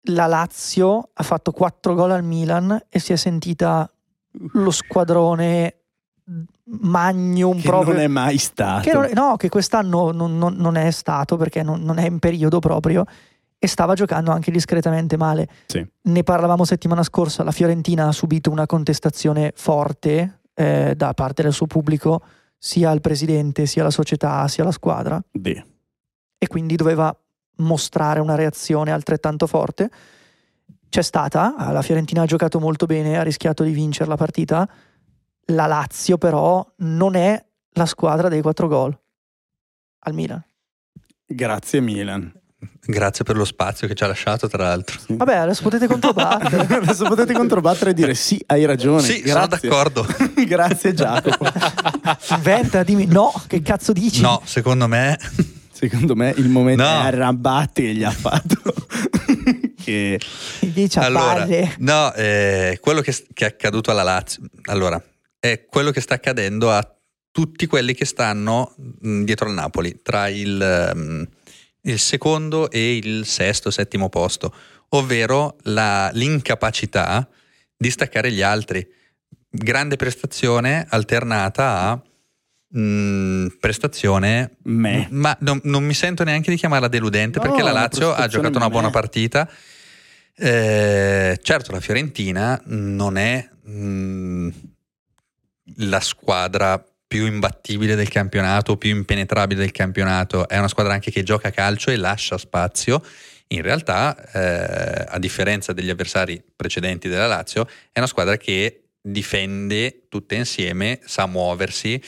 S5: la Lazio ha fatto 4 gol al Milan e si è sentita lo squadrone magnum
S3: che
S5: proprio.
S3: non è mai stato.
S5: Che non- no, che quest'anno non, non- non è stato perché non, non è in periodo proprio e stava giocando anche discretamente male.
S3: Sì.
S5: Ne parlavamo settimana scorsa, la Fiorentina ha subito una contestazione forte eh, da parte del suo pubblico, sia al presidente, sia alla società, sia alla squadra
S3: Dì.
S5: e quindi doveva mostrare una reazione altrettanto forte. c'è stata, la Fiorentina ha giocato molto bene, ha rischiato di vincere la partita, la Lazio però non è la squadra dei quattro gol al Milan.
S3: Grazie Milan.
S4: Grazie per lo spazio che ci ha lasciato, tra l'altro.
S5: Vabbè, adesso potete controbattere.
S3: Adesso potete controbattere e dire sì, hai ragione.
S4: Sì, sono
S3: grazie.
S4: d'accordo.
S3: grazie Giacomo.
S5: Inventa, dimmi no, che cazzo dici?
S4: No, secondo me
S3: Secondo me il momento
S4: No.
S3: è arrabbiati che gli ha fatto. che
S5: Dieci a
S4: Allora,
S5: palle.
S4: no, eh, quello che, che è accaduto alla Lazio, allora, è quello che sta accadendo a tutti quelli che stanno mh, dietro al Napoli, tra il, mh, il secondo e il sesto, settimo posto, ovvero la- l'incapacità di staccare gli altri. Grande prestazione alternata a mh, prestazione
S3: me.
S4: ma non, non mi sento neanche di chiamarla deludente
S3: No,
S4: perché la
S3: una
S4: Lazio ha
S3: prestazione
S4: giocato una buona
S3: meh.
S4: partita. Eh, certo, la Fiorentina non è mh, la squadra più imbattibile del campionato, più impenetrabile del campionato, è una squadra anche che gioca a calcio e lascia spazio. In realtà, eh, a differenza degli avversari precedenti della Lazio, è una squadra che difende tutte insieme, sa muoversi,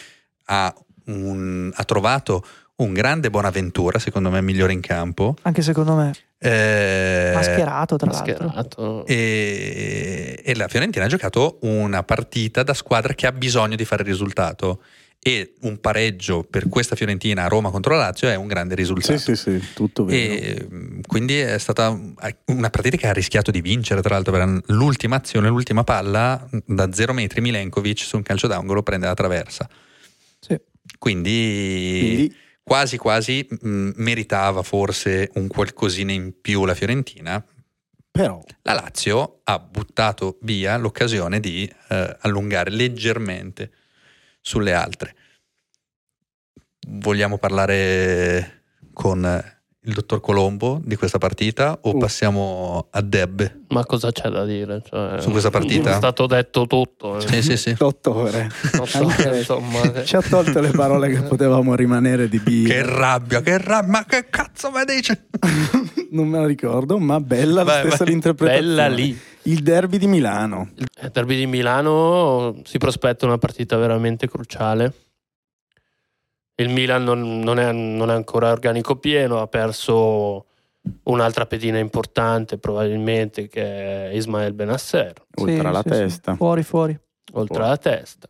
S4: ha, un- ha trovato un grande Bonaventura, secondo me migliore in campo.
S5: Anche secondo me,
S4: Eh,
S5: mascherato tra l'altro.
S7: Mascherato.
S4: e, e la Fiorentina ha giocato una partita da squadra che ha bisogno di fare risultato e un pareggio per questa Fiorentina a Roma contro la Lazio è un grande risultato.
S3: Sì, sì, sì, tutto vero.
S4: E, mh, quindi è stata una partita che ha rischiato di vincere, tra l'altro, per l'ultima azione, l'ultima palla mh, da zero metri Milenkovic su un calcio d'angolo prende la traversa.
S5: Sì.
S4: Quindi,
S3: Quindi
S4: quasi quasi mh, meritava forse un qualcosina in più la Fiorentina.
S3: però
S4: La Lazio ha buttato via l'occasione di eh, allungare leggermente sulle altre. Vogliamo parlare con eh, il dottor Colombo di questa partita o
S3: Uh.
S4: passiamo a Deb?
S7: Ma cosa c'è da dire? Cioè,
S4: Su questa partita?
S7: È stato detto tutto. eh.
S4: Sì, sì, sì.
S3: otto ore.
S7: Non so,
S3: Anche-
S7: insomma, eh. che-
S3: Ci ha tolto le parole che potevamo rimanere di B.
S4: Che rabbia, che rabbia, ma che cazzo me dice?
S3: non me lo ricordo, ma bella la
S4: Vai,
S3: stessa
S4: vai.
S3: l'interpretazione.
S7: Bella lì.
S3: Il derby di Milano.
S7: Il Eh, derby di Milano si prospetta una partita veramente cruciale. Il Milan non, non è, non è ancora organico pieno, ha perso un'altra pedina importante probabilmente che è Ismael Benasser,
S3: Oltre alla
S5: sì, sì.
S3: testa.
S5: Fuori, fuori.
S7: oltre alla testa.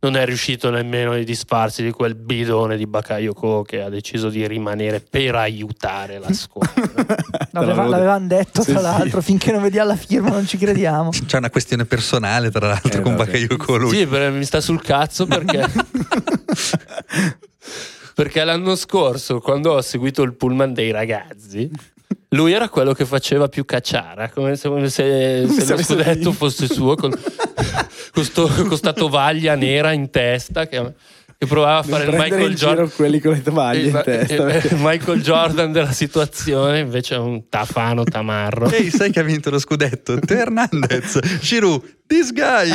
S7: Non è riuscito nemmeno a disfarsi di quel bidone di Bakayoko che ha deciso di rimanere per aiutare la squadra.
S3: Te
S5: L'aveva-
S3: l'avevo
S5: l'avevano detto,
S3: Sì,
S5: tra
S3: sì.
S5: l'altro, finché non vediamo la firma non ci crediamo.
S4: C'è una questione personale tra l'altro
S3: Eh,
S4: con
S3: vabbè.
S4: Bakayoko lui.
S7: Sì, per- mi sta sul cazzo perché, perché l'anno scorso, quando ho seguito il pullman dei ragazzi, lui era quello che faceva più cacciara, come se, come se- se
S3: Se
S7: lo
S3: avesse
S7: scudetto
S3: vinto.
S7: fosse suo, con questa tovaglia nera in testa che, che provava a
S3: Non
S7: fare il
S3: prendere
S7: Michael
S3: in giro
S7: Jordan.
S3: quelli con le tovaglie
S7: il-
S3: in testa,
S7: il-
S3: perché-
S7: il Michael Jordan della situazione invece è un tafano tamarro.
S4: Ehi, sai che ha vinto lo scudetto? Teo Hernandez, Giroud, this guy.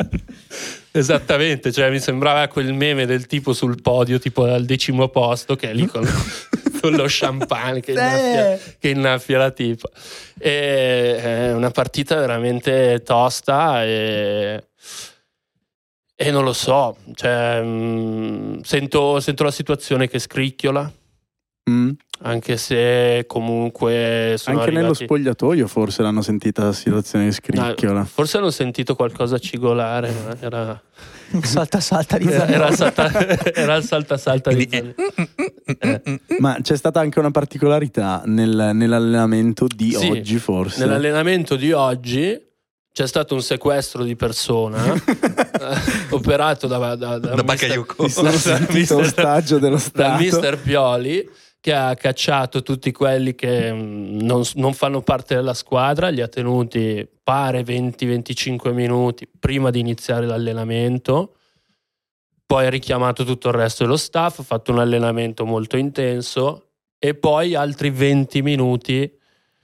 S7: Esattamente, cioè mi sembrava quel meme del tipo sul podio, tipo al decimo posto, che è lì con, con lo champagne che,
S3: Sì.
S7: innaffia, che innaffia la tipa. E, è una partita veramente tosta e, e non lo so, cioè, mh, sento, sento la situazione che scricchiola,
S3: Mm.
S7: anche se comunque sono
S3: Anche nello
S7: arrivati...
S3: spogliatoio forse l'hanno sentita la situazione di
S7: Ah,
S3: scricchiola.
S7: Forse hanno sentito qualcosa cigolare, ma era...
S5: Salta, salta di
S7: Era,
S5: Zaniolo.
S7: era, il salta, era il salta salta di
S4: Quindi,
S7: Zaniolo. Esatto. Eh,
S3: Ma c'è stata anche una particolarità nel- nell'allenamento di
S7: Sì,
S3: oggi forse.
S7: Nell'allenamento di oggi c'è stato un sequestro di persona eh, operato da, da, da,
S4: da
S7: mister,
S4: Bakayoko.
S3: Mi sono
S7: Dal
S3: sentito
S7: cioè, mister-
S3: ostaggio dello
S7: da
S3: Stato.
S7: mister Pioli che ha cacciato tutti quelli che mh, non, non fanno parte della squadra, li ha tenuti pare 20-25 minuti prima di iniziare l'allenamento. Poi ha richiamato tutto il resto dello staff, ha fatto un allenamento molto intenso e poi altri 20 minuti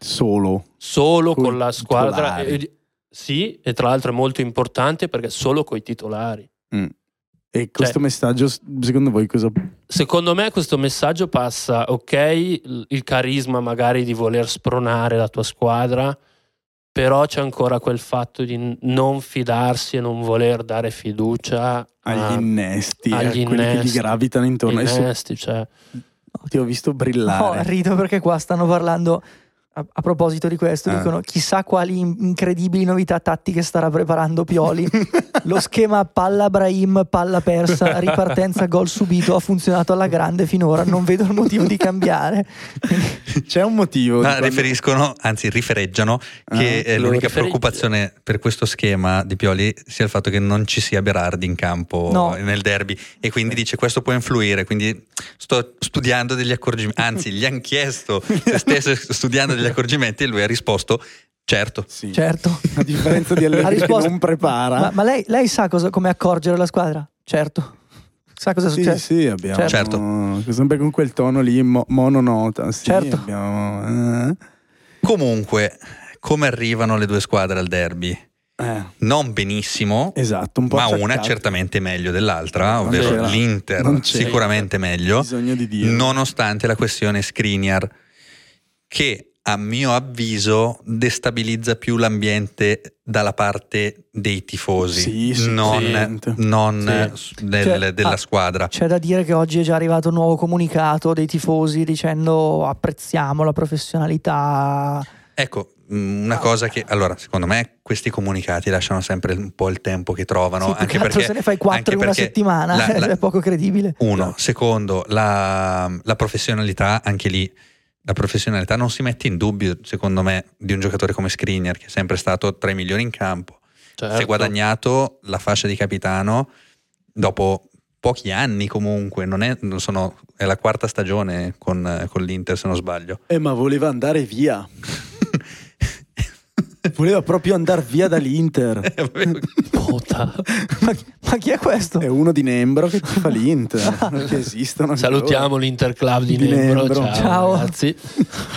S3: Solo.
S7: solo
S3: Coi
S7: con la squadra.
S3: titolari.
S7: E- sì, e tra l'altro è molto importante perché solo con i titolari.
S3: Mm. E questo messaggio, s- secondo voi, cosa
S7: Secondo me questo messaggio passa, ok, il il carisma magari di voler spronare la tua squadra, però c'è ancora quel fatto di n- non fidarsi e non voler dare fiducia
S3: agli
S7: a-
S3: innesti, a
S7: agli
S3: quelli che Ah. gli
S7: innesti.
S3: gravitano intorno?
S7: ai
S3: Adesso
S7: innesti, cioè.
S3: ti ho visto
S5: Oh,
S3: brillare.
S5: rido perché qua stanno parlando. A, a proposito di questo,
S3: Ah.
S5: dicono chissà quali in- incredibili novità tattiche starà preparando Pioli. Lo schema palla Brahim, palla persa, ripartenza, gol subito ha funzionato alla grande finora. Non vedo il motivo di cambiare.
S3: C'è un motivo. di
S4: Ma
S3: quando-
S4: Ah, riferiscono, anzi rifereggiano, che
S3: Ah,
S4: eh,
S7: lo
S4: l'unica
S7: rifereggia.
S4: preoccupazione per questo schema di Pioli sia il fatto che non ci sia Berardi in campo
S5: No.
S4: nel derby e quindi dice questo può influire, quindi sto studiando degli accorgimenti, anzi gli hanno chiesto se stesse studiando degli accorgimenti e lui ha risposto certo.
S3: Sì.
S5: Certo.
S3: A differenza di Allegri
S5: Ha risposto-
S3: che non prepara.
S5: Ma, ma lei, lei sa cosa- come accorgere la squadra? Certo. Sa cosa è
S3: Sì,
S5: successo?
S3: sì,
S5: cioè,
S3: abbiamo. cioè,
S4: Certo.
S3: Sempre con quel tono lì, mo- mononota. Sì,
S5: Certo.
S3: abbiamo, eh.
S4: Comunque, come arrivano le due squadre al derby?
S3: Eh,
S4: Non benissimo,
S3: esatto, un po'
S4: ma una
S3: acciaccati.
S4: certamente meglio dell'altra,
S3: Non
S4: ovvero
S3: c'era.
S4: l'Inter
S3: Non c'era.
S4: sicuramente meglio.
S3: Bisogna di dire.
S4: nonostante la questione Skriniar che a mio avviso destabilizza più l'ambiente dalla parte dei tifosi
S3: Sì, sì,
S4: non,
S3: sì.
S4: non del-
S5: Cioè,
S4: della
S5: ah,
S4: squadra
S5: C'è da dire che oggi è già arrivato un nuovo comunicato dei tifosi dicendo apprezziamo la professionalità.
S4: ecco mh, una
S5: Ah.
S4: cosa che allora secondo me questi comunicati lasciano sempre un po' il tempo che trovano
S5: Sì, più
S3: esatto,
S5: che
S4: anche
S5: altro
S4: perché
S5: se ne fai quattro
S4: anche
S5: in una
S4: perché
S5: settimana
S4: la- la-
S5: è poco credibile.
S4: uno secondo la, la professionalità anche lì la professionalità non si mette in dubbio secondo me di un giocatore come Skriniar che è sempre stato tra i migliori in campo si
S7: Certo.
S4: è guadagnato la fascia di capitano dopo pochi anni comunque, non è, non sono- è la quarta stagione con, con l'Inter se non sbaglio.
S3: Eh, ma voleva andare via. Voleva proprio andare via dall'Inter.
S4: Eh, vabbè,
S7: Puta.
S5: Ma, chi- ma chi è questo?
S3: È uno di Nembro che fa l'Inter. che esistono. ancora.
S7: Salutiamo l'Interclub di,
S3: Di
S7: Nembro.
S3: Nembro.
S7: Ciao,
S5: Ciao.
S7: ragazzi.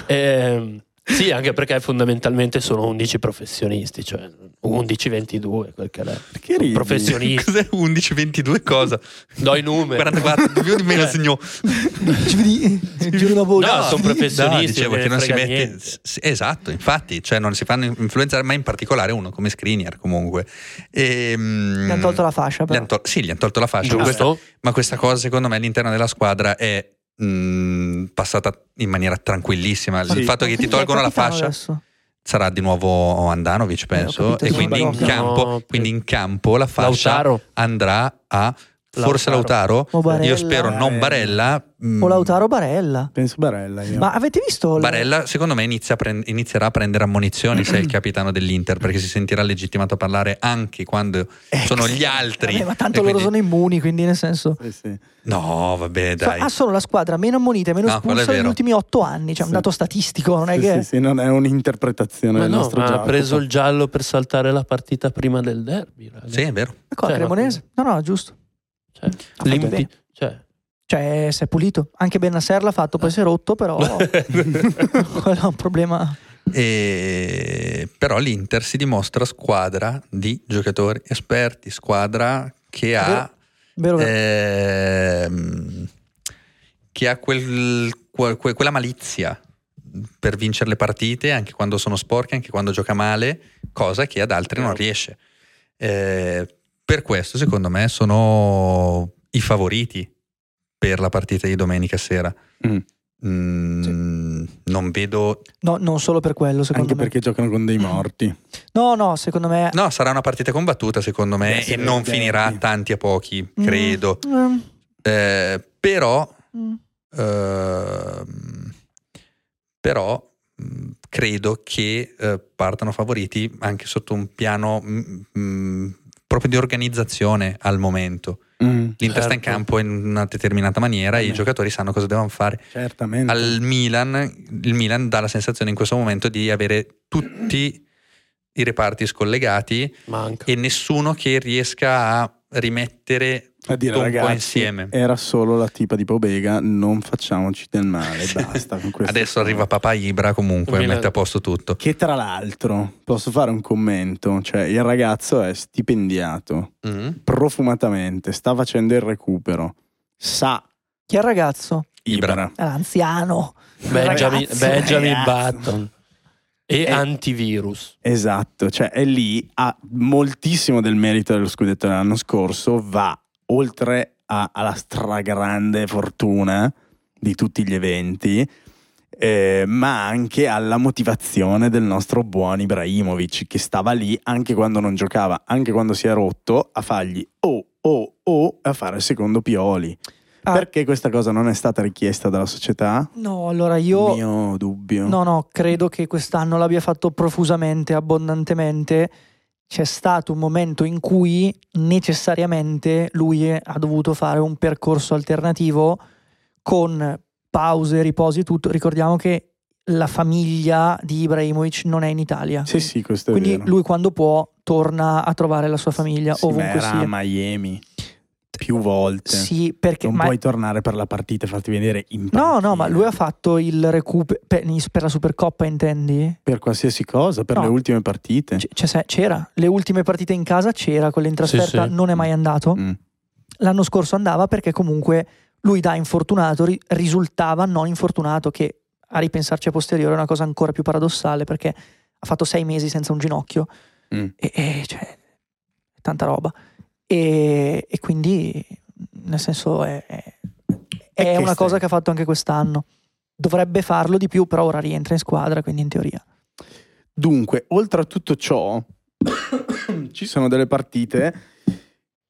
S7: Ehm, sì, anche perché fondamentalmente sono 11 professionisti, cioè 11-22, quel che è.
S3: Perché ridi?
S7: Professionisti,
S4: Cos'è 11, 22 cosa?
S7: do i numeri.
S4: 44, di più o di meno
S7: Cioè,
S4: signor.
S5: Ci vedi- Giro la voce.
S7: No, sono professionisti,
S4: No, dicevo
S7: non
S4: che non si
S7: frega
S4: mette.
S7: niente.
S4: s- Esatto, infatti, cioè non si fanno influenzare mai in particolare uno come Skriniar comunque. E, mm,
S5: Gli hanno tolto la fascia.
S4: gli
S5: Però.
S4: han tol- sì, gli hanno tolto la fascia. ma questa-
S7: Giusto?
S4: Ma questa cosa, secondo me, all'interno della squadra è mh, passata in maniera tranquillissima.
S3: Sì.
S4: Il fatto che
S5: Chi
S4: ti
S5: è
S4: tolgono la
S5: capitano
S4: fascia
S5: ecco
S4: Mm.
S5: adesso? Eh,
S4: sarà di nuovo Andanovic,
S5: ho
S4: penso.
S5: capito,
S4: E
S5: sì,
S4: quindi in,
S5: però-
S4: campo,
S7: No,
S4: quindi in campo la fascia
S7: Lautaro.
S4: andrà a forse Lautaro.
S5: O Barella.
S4: Io spero non Barella. mhmm, mh,
S5: O Lautaro Barella.
S3: Penso Barella. Io.
S5: Ma avete visto? il-
S4: Barella, secondo me, inizia a prend- inizierà a prendere ammonizioni se è il capitano dell'Inter, perché si sentirà legittimato a parlare anche quando sono gli altri.
S5: Eh, Vabbè, ma tanto
S4: E
S5: loro
S4: quindi-
S5: sono immuni, quindi nel senso.
S3: Eh sì.
S4: No, vabbè, dai.
S5: Ha solo la squadra meno ammonita e meno
S4: No, quello è
S5: espulsa negli
S4: vero.
S5: ultimi otto anni. Cioè, un
S3: Sì.
S5: dato statistico, non è
S3: Sì,
S5: che.
S3: sì, sì, non è un'interpretazione
S7: Ma
S3: del
S7: no,
S3: nostro
S7: ma ha
S3: gioco.
S7: preso il giallo per saltare la partita prima del derby. raga.
S4: Sì, è vero.
S5: Ecco, la
S7: Cioè, ma-
S5: Cremonese? No, no, giusto.
S7: Cioè,
S5: fatto
S7: l'impi-
S5: bene.
S7: cioè,
S5: Cioè, si è pulito. Anche Bernasser l'ha fatto, poi si è rotto, però.
S4: Eh.
S5: quello è un problema.
S4: E- Però l'Inter si dimostra squadra di giocatori esperti, squadra che ha,
S5: Vero,
S4: Eh.
S5: vero.
S4: ehm, che ha quel- quel- que- quella malizia per vincere le partite, anche quando sono sporche, anche quando gioca male, cosa che ad altri non riesce. Eh, per questo, secondo me, sono i favoriti per la partita di domenica sera.
S3: Mm.
S4: Mm, Non vedo
S5: No, non solo per quello, secondo
S3: Anche
S5: me.
S3: perché giocano con dei morti.
S5: No, no, secondo me.
S4: No, sarà una partita combattuta secondo
S3: Deve
S4: me e
S3: essere
S4: non
S3: derby.
S4: finirà a tanti a pochi,
S5: Mm,
S4: credo.
S5: mm,
S4: Eh, però,
S5: mm.
S4: ehm, però mh, credo che eh, partano favoriti anche sotto un piano mh, mh, proprio di organizzazione al momento.
S3: Mm.
S4: L'Inter sta in
S7: Certo.
S4: campo in una determinata maniera e i
S3: Bene.
S4: giocatori sanno cosa devono fare.
S3: Certamente.
S4: Al Milan, il Milan dà la sensazione in questo momento di avere tutti i reparti scollegati
S7: manca.
S4: e nessuno che riesca a rimettere
S3: A dire
S4: tutto un po'
S3: ragazzi, eh,
S4: insieme.
S3: era solo la tipa di Pobega, non facciamoci del male, basta con questa
S4: Adesso
S3: storia.
S4: arriva papà Ibra comunque,
S7: Mila-
S4: mette a posto tutto.
S3: Che tra l'altro, posso fare un commento, cioè il ragazzo è stipendiato
S4: Mm.
S3: profumatamente, sta facendo il recupero, sa
S5: Chi è il ragazzo?
S4: Ibra.
S3: Ibra.
S5: È l'anziano.
S7: eh, Benjamin,
S5: Ragazzi,
S7: Benjamin
S3: ragazzi.
S7: Button e
S3: Eh.
S7: antivirus.
S3: Esatto, cioè è lì, ha moltissimo del merito dello scudetto dell'anno scorso, va oltre a- alla stragrande fortuna di tutti gli eventi, eh, ma anche alla motivazione del nostro buon Ibrahimovic che stava lì anche quando non giocava, anche quando si è rotto, a fargli oh oh oh a fare il secondo Pioli.
S5: Ah.
S3: Perché questa cosa non è stata richiesta dalla società?
S5: No, allora io...
S3: Mio dubbio.
S5: No, no, credo che quest'anno l'abbia fatto profusamente, abbondantemente. C'è stato un momento in cui necessariamente lui è- ha dovuto fare un percorso alternativo con pause, riposi e tutto. Ricordiamo che la famiglia di Ibrahimovic non è in Italia.
S3: Sì, sì, questo è
S5: Quindi
S3: vero.
S5: lui quando può torna a trovare la sua famiglia
S3: Sì, ma
S5: ovunque
S3: era a
S5: sia.
S3: Miami più volte.
S5: Sì, perché
S3: non
S5: ma-
S3: puoi tornare per la partita e farti vedere in
S5: No,
S3: panchina.
S5: no, ma lui ha fatto il recupero per, per la Supercoppa, intendi?
S3: per qualsiasi cosa, per
S5: No.
S3: le ultime partite.
S5: C- cioè, se- c'era, le ultime partite in casa c'era, quelle in trasferta
S7: sì.
S5: non è mai andato.
S3: Mm.
S5: L'anno scorso andava perché comunque lui da infortunato ri- risultava non infortunato, che a ripensarci a posteriore è una cosa ancora più paradossale perché ha fatto sei mesi senza un ginocchio
S3: Mm.
S5: e, e, cioè, tanta roba. E, e quindi, nel senso, è, è- è
S3: che
S5: una
S3: stai-
S5: cosa che ha fatto anche quest'anno. Dovrebbe farlo di più, però ora rientra in squadra, quindi in teoria.
S3: Dunque, oltre a tutto ciò, ci sono delle partite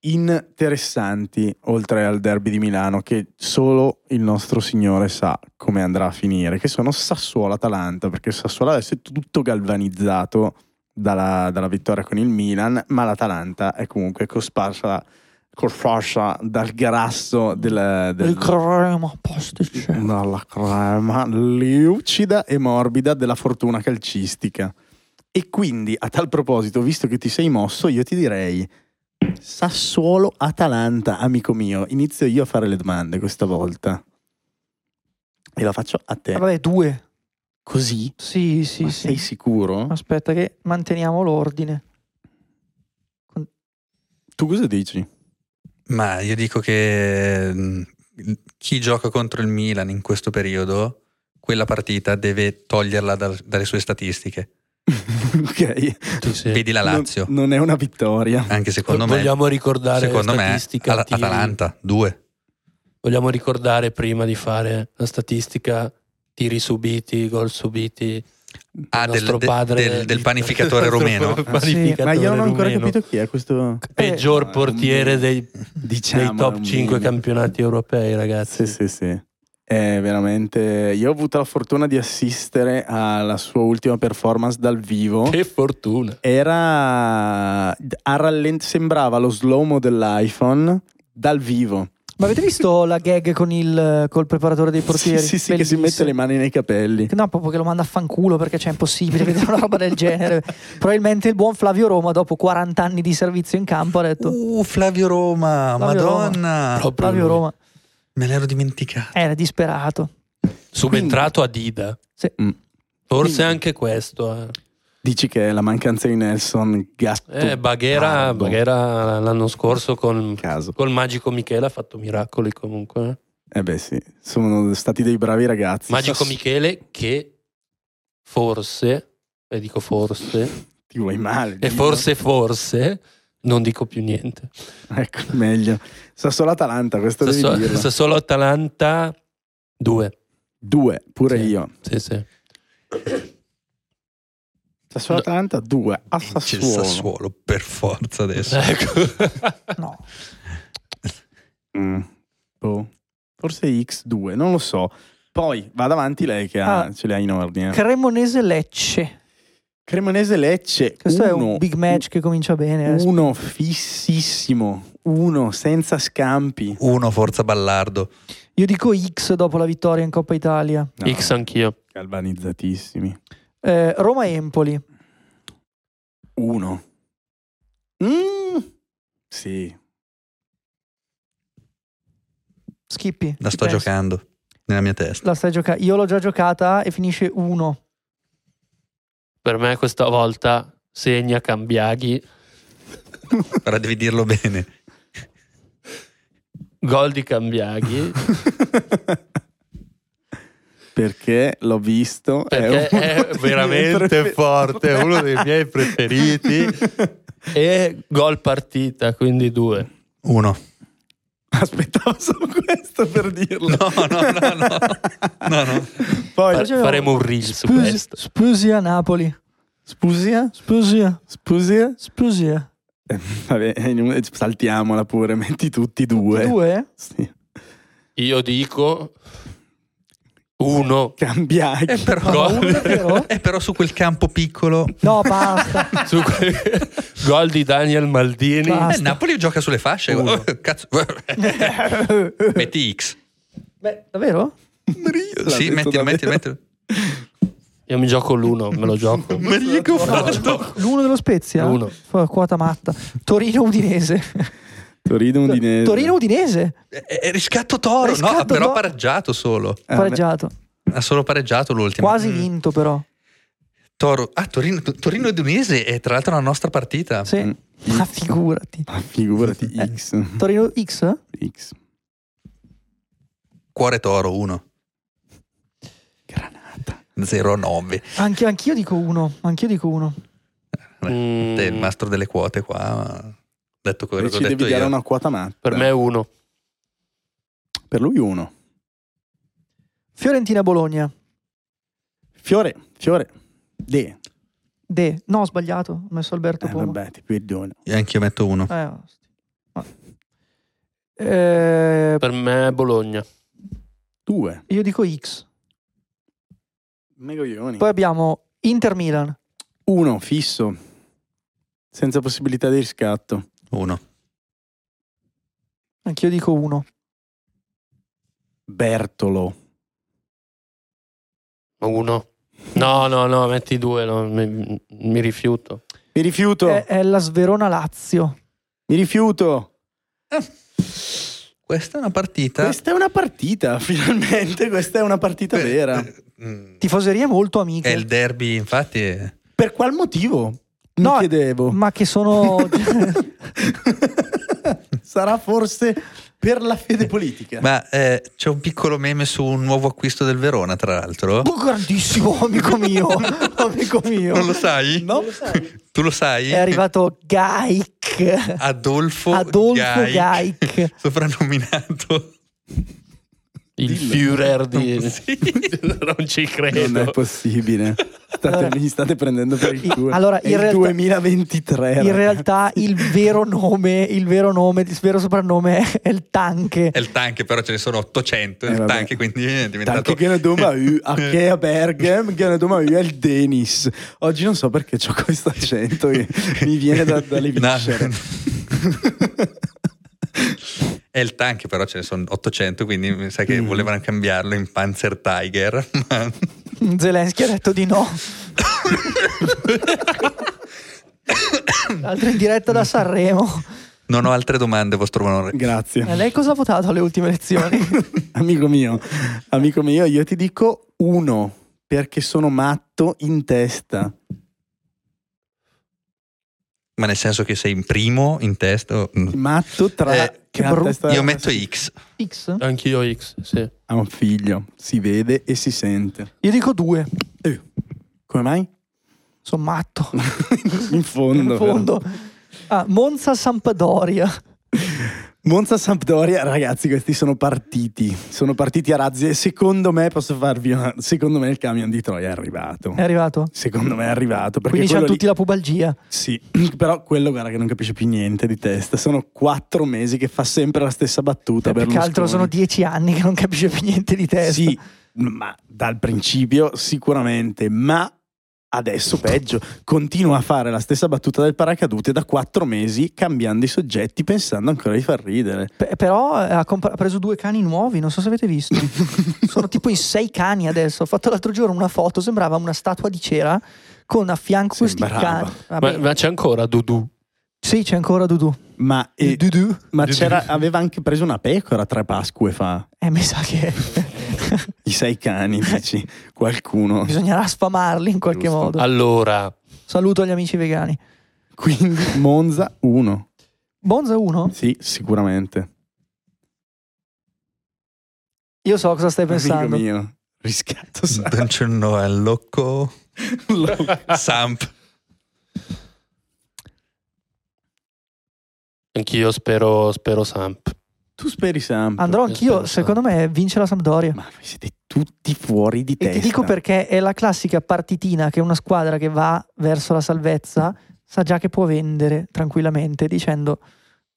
S3: interessanti oltre al derby di Milano che solo il nostro signore sa come andrà a finire, che sono Sassuolo-Atalanta, perché Sassuolo adesso è tutto galvanizzato dalla, dalla vittoria con il Milan, ma l'Atalanta è comunque cosparsa, cosparsa dal grasso del, del,
S5: Il crema posticcio.
S3: dalla crema lucida e morbida della fortuna calcistica. E quindi, a tal proposito, visto che ti sei mosso, io ti direi Sassuolo Atalanta, amico mio, inizio io a fare le domande questa volta. E la faccio a te.
S5: Ah, Vabbè, due.
S3: Così?
S5: Sì, sì,
S3: Ma
S5: sì.
S3: sei sicuro?
S5: Aspetta che manteniamo l'ordine.
S3: Tu cosa dici?
S4: Ma io dico che mm, chi gioca contro il Milan in questo periodo, quella partita deve toglierla dal- dalle sue statistiche.
S3: ok.
S4: Vedi la Lazio,
S3: Non, non è una vittoria.
S4: anche secondo me.
S7: Vogliamo ricordare
S4: Secondo me,
S7: statistica
S4: Ala-
S7: team.
S4: Atalanta 2.
S7: Vogliamo ricordare prima di fare la statistica tiri subiti, gol subiti.
S4: Ah,
S7: Il
S4: del,
S7: nostro
S4: de-
S7: padre-
S4: del- del
S7: il-
S4: panificatore Ah,
S7: il nostro
S4: romeno.
S7: panificatore
S3: Ma io non ho ancora
S7: romeno.
S3: capito chi è questo.
S7: Peggior
S3: Eh,
S7: portiere
S3: un-
S7: dei,
S3: Diciamo,
S7: dei
S3: è
S7: top
S3: un
S7: 5
S3: minimo.
S7: campionati europei, ragazzi.
S3: Sì, sì, sì. È veramente. Io ho avuto la fortuna di assistere alla sua ultima performance dal vivo.
S7: Che fortuna.
S3: Era. a rallent- Sembrava lo slow-mo dell'iPhone dal vivo.
S5: Ma avete visto la gag con il col preparatore dei portieri?
S3: Sì, sì, sì, che si mette
S5: Bellissimo.
S3: le mani nei capelli.
S5: No, proprio che lo manda a fanculo perché c'è impossibile vedere una roba del genere. Probabilmente il buon Flavio Roma, dopo 40 anni di servizio in campo, ha detto:
S4: Uh, Flavio Roma,
S5: Flavio
S4: Madonna,
S7: Roma. proprio
S3: uh."
S5: Flavio
S7: lui.
S5: Roma
S4: me l'ero dimenticato.
S5: era disperato.
S7: Subentrato a Dida.
S5: Sì.
S3: Mm.
S7: Forse
S3: Quindi-
S7: anche questo. Eh.
S3: Dici che è la mancanza di Nelson gatto.
S7: Eh, Baghera,
S3: pardo.
S7: Baghera l'anno scorso con,
S3: Caso.
S7: col magico Michele ha fatto miracoli comunque. eh.
S3: Eh beh, sì, sono stati dei bravi ragazzi.
S7: Magico
S3: Sass-
S7: Michele che forse, e dico forse,
S3: Ti vuoi male.
S7: e
S3: Dio.
S7: forse forse, non dico più niente.
S3: Ecco, meglio. Sassuolo Atalanta, questo devi
S7: Sassuolo,
S3: dirlo.
S7: Sassuolo Atalanta 2.
S3: Due, pure
S7: Sì.
S3: io.
S7: Sì, sì.
S3: Sassuolo Atalanta, due. A
S4: C'è il
S3: Sassuolo.
S4: Sassuolo, per forza adesso.
S7: Eh. Ecco.
S5: No,
S3: Mm. Boh. Forse X2, non lo so. Poi va davanti lei che ha-
S5: Ah.
S3: ce le ha in ordine.
S5: Cremonese Lecce.
S3: Cremonese Lecce.
S5: Questo è
S3: uno,
S5: un big match che comincia bene. eh.
S3: Uno fississimo. Uno senza scampi.
S4: Uno, forza Ballardo.
S5: Io dico X dopo la vittoria in Coppa Italia.
S3: No,
S7: X anch'io.
S3: Galvanizzatissimi.
S5: Eh, Roma-Empoli.
S3: Uno. Mm. Sì.
S5: Skippy.
S4: La
S5: ci
S4: sto
S5: pensi?
S4: giocando nella mia testa.
S5: La stai giocando. Io l'ho già giocata e finisce 1.
S7: Per me questa volta segna Cambiaghi,
S4: Ora devi dirlo bene.
S7: gol di Cambiaghi,
S3: Eh, Perché l'ho visto.
S7: perché
S3: uno
S7: è,
S3: dei miei
S7: veramente
S3: prefer-
S7: forte, è uno dei miei preferiti e gol partita, quindi due.
S4: Uno.
S3: Aspettavo solo questo per dirlo.
S4: No, no, no, no. No, no.
S3: Poi,
S7: Fa- faremo un reel su
S5: Spusi,
S7: questo.
S5: Spusia Napoli.
S3: spusia?
S5: Spusia.
S3: Spusia?
S5: Spusia.
S3: Eh, Vabbè, in un- saltiamola pure, metti tutti e due.
S5: Due?
S3: Sì.
S7: Io dico uno
S3: Cambiaghi.
S4: Eh, però,
S7: Gol.
S5: Davvero?
S4: eh, però su quel campo piccolo.
S5: No, basta.
S7: su que- gol di Daniel Maldini.
S5: Ah. Uh.
S4: Eh,
S5: Basta.
S4: il Napoli gioca sulle fasce. Oh,
S3: Uno.
S4: Cazzo. Metti X.
S5: Beh, davvero?
S3: L'ha
S4: Sì,
S3: detto
S4: mettilo,
S3: davvero.
S4: mettilo, mettilo.
S7: Io mi gioco l'uno, me lo gioco.
S4: Marico fatto.
S5: L'uno dello Spezia?
S7: L'uno.
S5: Fa- Quota matta. Torino Udinese.
S3: Torino Udinese.
S5: Torino Udinese.
S4: È, è Eh, riscatto Toro,
S5: Riscatto
S4: no, però
S5: Toro.
S4: pareggiato solo.
S3: Ah,
S5: Pareggiato.
S4: Ha solo pareggiato l'ultimo.
S5: Quasi
S4: Mm.
S5: vinto, però.
S4: Toro. Ah, Torino, Torino Udinese è tra l'altro la nostra partita.
S5: Sì.
S3: Mm.
S5: Ma figurati.
S3: Ah, figurati, X.
S5: Torino X?
S3: X.
S4: Cuore Toro 1,
S3: Granata.
S4: 0-9.
S5: Anche, anch'io dico uno. Anch'io dico uno.
S7: Mm,
S4: Te, il mastro delle quote qua. ma- Detto quello
S3: E ci
S4: che ho detto
S3: devi
S4: io.
S3: dare una quota matta.
S7: per me è uno.
S3: Per lui uno.
S5: Fiorentina Bologna.
S3: Fiore, Fiore. De.
S5: De. No, ho sbagliato. Ho messo Alberto
S3: Eh,
S5: Poma.
S3: vabbè, ti perdono.
S4: Io anch'io metto uno.
S5: Eh, osti. Ma- Eh,
S7: Per me è Bologna.
S3: Due.
S5: io dico X.
S3: Megoglioni.
S5: Poi abbiamo Inter Milan.
S3: Uno, fisso. Senza possibilità di riscatto.
S4: Uno.
S5: Anch'io dico uno.
S3: Bertolo.
S7: Uno. No, no, no, metti due, no, mi, mi rifiuto.
S3: Mi rifiuto.
S5: È, è la Sverona Lazio.
S3: Mi rifiuto.
S4: Questa è una partita.
S3: Questa è una partita, finalmente. Questa è una partita
S4: Eh,
S3: vera.
S4: eh, mm,
S5: Tifoserie molto
S4: È
S5: amiche.
S4: il derby, infatti. è-
S3: Per qual motivo? Mi
S5: No,
S3: chiedevo.
S5: Ma che sono.
S3: Sarà forse per la fede politica.
S4: Ma eh, c'è un piccolo meme su un nuovo acquisto del Verona, tra l'altro.
S5: Oh, grandissimo amico mio. Amico
S4: Non
S5: mio.
S4: lo sai?
S3: No?
S4: Tu lo sai?
S5: È arrivato Gaik.
S4: Adolfo,
S5: Adolfo
S4: Gaik,
S5: Gaik.
S4: soprannominato
S7: Il
S3: Dillo.
S7: Führer di... non ci credo.
S3: Non è possibile. State, mi state prendendo per il
S5: I-
S3: culo.
S5: allora,
S3: È
S5: in
S3: il
S5: realtà-
S3: 2023.
S5: In
S3: ragazzi.
S5: realtà il vero nome, il vero nome, il vero soprannome è il Tanche.
S4: è il tank però ce ne sono 800
S3: Eh,
S4: il
S3: vabbè.
S4: tank quindi è diventato
S3: Tanto che ne doma u, a che a Bergam, che ne doma u è il Denis. Oggi non so perché ho questo accento che mi viene da- dalle
S4: No.
S3: viscere.
S4: è il tank però ce ne sono 800 quindi mi sa
S3: Mm.
S4: che volevano cambiarlo in Panzer Tiger ma
S5: Zelensky ha detto di no. Altro in diretta da Sanremo.
S4: non ho altre domande vostro onore
S5: Eh,
S3: Grazie.
S5: Lei cosa ha votato alle ultime elezioni?
S3: Amico mio, amico mio, io ti dico uno, perché sono matto in testa.
S4: ma nel senso che sei in primo in testa mm.
S3: Matto tra...
S4: Eh,
S5: che
S3: tra
S5: brutto.
S3: testa-
S4: io metto X
S5: X?
S7: Anch'io X, sì.
S3: Ha un figlio, si vede e si sente. Eh,
S5: Io dico due.
S3: Come mai?
S5: Sono matto.
S3: In fondo.
S5: In fondo.
S3: però.
S5: Ah, Monza Sampdoria.
S3: Monza Sampdoria, ragazzi, questi sono partiti. Sono partiti a razzi e secondo me posso farvi una... Secondo me il camion di Troia è arrivato.
S5: È arrivato?
S3: Secondo me è arrivato. Perché
S5: Quindi c'hanno
S3: quello lì-
S5: tutti la pubalgia.
S3: Sì, però quello guarda che non capisce più niente di testa. Sono quattro mesi che fa sempre la stessa battuta.
S5: Eh, Più che
S3: Berlusconi.
S5: altro sono dieci anni che non capisce più niente di testa.
S3: Sì, ma dal principio sicuramente, ma adesso peggio. Continua a fare la stessa battuta del paracadute da quattro mesi, cambiando i soggetti, pensando ancora di far ridere.
S5: Pe- però eh, ha, comp- ha preso due cani nuovi, non so se avete visto. Sono tipo in sei cani adesso. Ho fatto l'altro giorno una foto, sembrava una statua di cera con a fianco questi
S3: Sembrava.
S5: cani. Vabbè,
S7: Ma, ma c'è ancora Dudu.
S5: Sì, c'è ancora Dudu.
S3: Ma, e-
S5: Dudu?
S3: ma c'era- aveva anche preso una pecora tre Pasque fa.
S5: Eh, mi sa che
S3: I sei cani, dici,
S5: Eh.
S3: qualcuno.
S5: bisognerà sfamarli in qualche
S3: Giusto.
S5: modo.
S7: Allora,
S5: Saluto gli amici vegani.
S3: Quindi Monza 1.
S5: Bonza 1?
S3: Sì, sicuramente.
S5: Io so cosa stai pensando.
S3: Amico mio, riscatto sa-
S4: Don Cenno è loco. Samp.
S7: anch'io spero, spero Samp.
S3: Tu speri Samp.
S5: Andrò
S7: Io
S5: anch'io,
S7: spero
S5: secondo me, vince la Sampdoria.
S3: Ah, Ma voi siete tutti fuori di
S5: E
S3: testa.
S5: ti dico perché è la classica partitina che una squadra che va verso la salvezza sa già che può vendere tranquillamente dicendo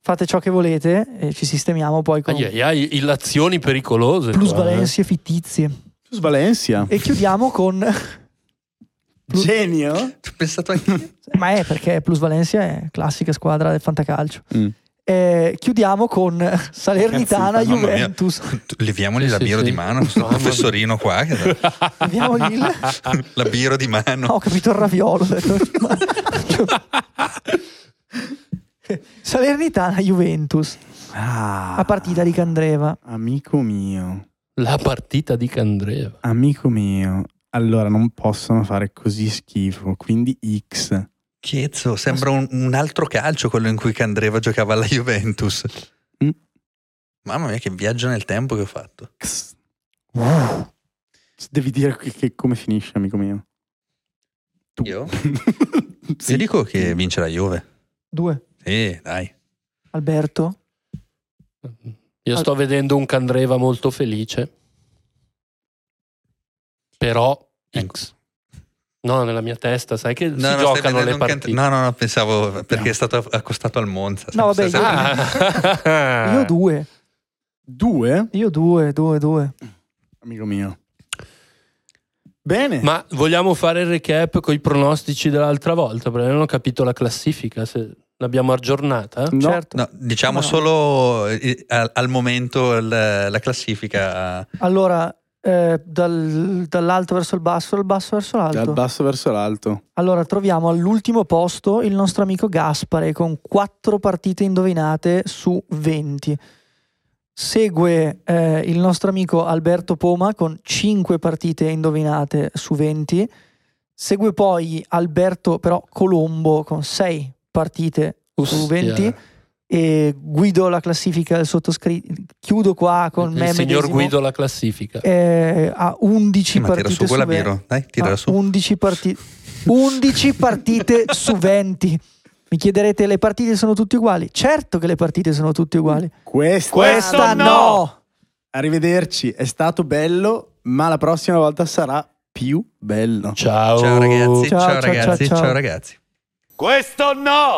S5: fate ciò che volete e ci sistemiamo poi con
S7: Ai, ai, ai, illazioni pericolose. qua, eh.
S5: plusvalenze fittizie.
S3: Plus Valencia.
S5: E chiudiamo con... Plus-
S3: Genio?
S4: Ho pensato anche
S5: Ma è perché plusvalenza è classica squadra del fantacalcio.
S3: Mm.
S5: Eh, chiudiamo con Salernitana
S3: Cazzo,
S4: mamma mia.
S5: Juventus.
S4: Levamogli
S7: Sì,
S4: la
S7: sì,
S4: biro
S7: sì.
S4: di mano, questo
S7: Mamma mia.
S4: professorino qua. che-
S5: Abbiamo il...
S4: la biro di mano.
S5: No, ho capito il raviolo. Salernitana Juventus.
S3: Ah,
S5: a partita di Candreva.
S3: Amico mio,
S7: La partita di Candreva.
S3: amico mio. Allora, non possono fare così schifo, quindi X.
S4: Chiezzo, sembra un, un altro calcio quello in cui Candreva giocava alla Juventus.
S3: Mm.
S4: Mamma mia, che viaggio nel tempo che ho fatto.
S3: X. Devi dire che, che- come finisce, amico mio. Tu.
S4: Io?
S3: Sì.
S4: Ti dico che vince la Juve.
S5: Due.
S4: Sì, dai.
S5: Alberto.
S7: Io sto vedendo un Candreva molto felice. Però
S4: Ecco.
S7: X. No, nella mia testa, sai che si
S4: stai
S7: giocano
S4: vedendo
S7: le
S4: un can-
S7: partite.
S4: No, no, no, pensavo perché è stato accostato al Monza.
S5: No, vabbè,
S4: Stasera-
S5: io-
S3: Eh.
S7: Ah.
S5: Io due.
S3: Due,
S5: Io due, due, due.
S3: amico mio. Bene.
S7: Ma vogliamo fare il recap con i pronostici dell'altra volta? Perché non ho capito la classifica, se l'abbiamo aggiornata.
S3: No.
S5: certo.
S4: No, diciamo
S5: No.
S4: solo eh, al, al momento la, la classifica.
S5: Allora, eh, dal- dall'alto verso il basso, dal basso verso l'alto.
S3: Dal basso verso l'alto.
S5: allora, troviamo all'ultimo posto il nostro amico Gaspare con 4 partite indovinate su 20. Segue eh, il nostro amico Alberto Poma con 5 partite indovinate su 20. Segue poi Alberto però Colombo con 6 partite su 20. e guido la classifica del sottoscritto. Chiudo qua con
S7: il
S5: me
S7: signor
S5: medesimo.
S7: Guido la classifica.
S5: Eh, a 11
S4: Sì, ma tira
S5: partite
S4: su
S5: su
S4: quella
S5: 20.
S4: biro. Dai, tira
S5: Ah,
S4: su.
S5: 11, parti- 11 partite su 20. Mi chiederete, le partite sono tutte uguali? Certo che le partite sono tutte uguali.
S3: Questa,
S5: Questa no!
S3: Arrivederci, è stato bello, ma la prossima volta sarà più bello.
S7: Ciao.
S4: Ciao ragazzi, ciao,
S5: Ciao, ciao,
S4: ragazzi,
S5: ciao, ciao.
S4: ciao ragazzi.
S1: Questo no!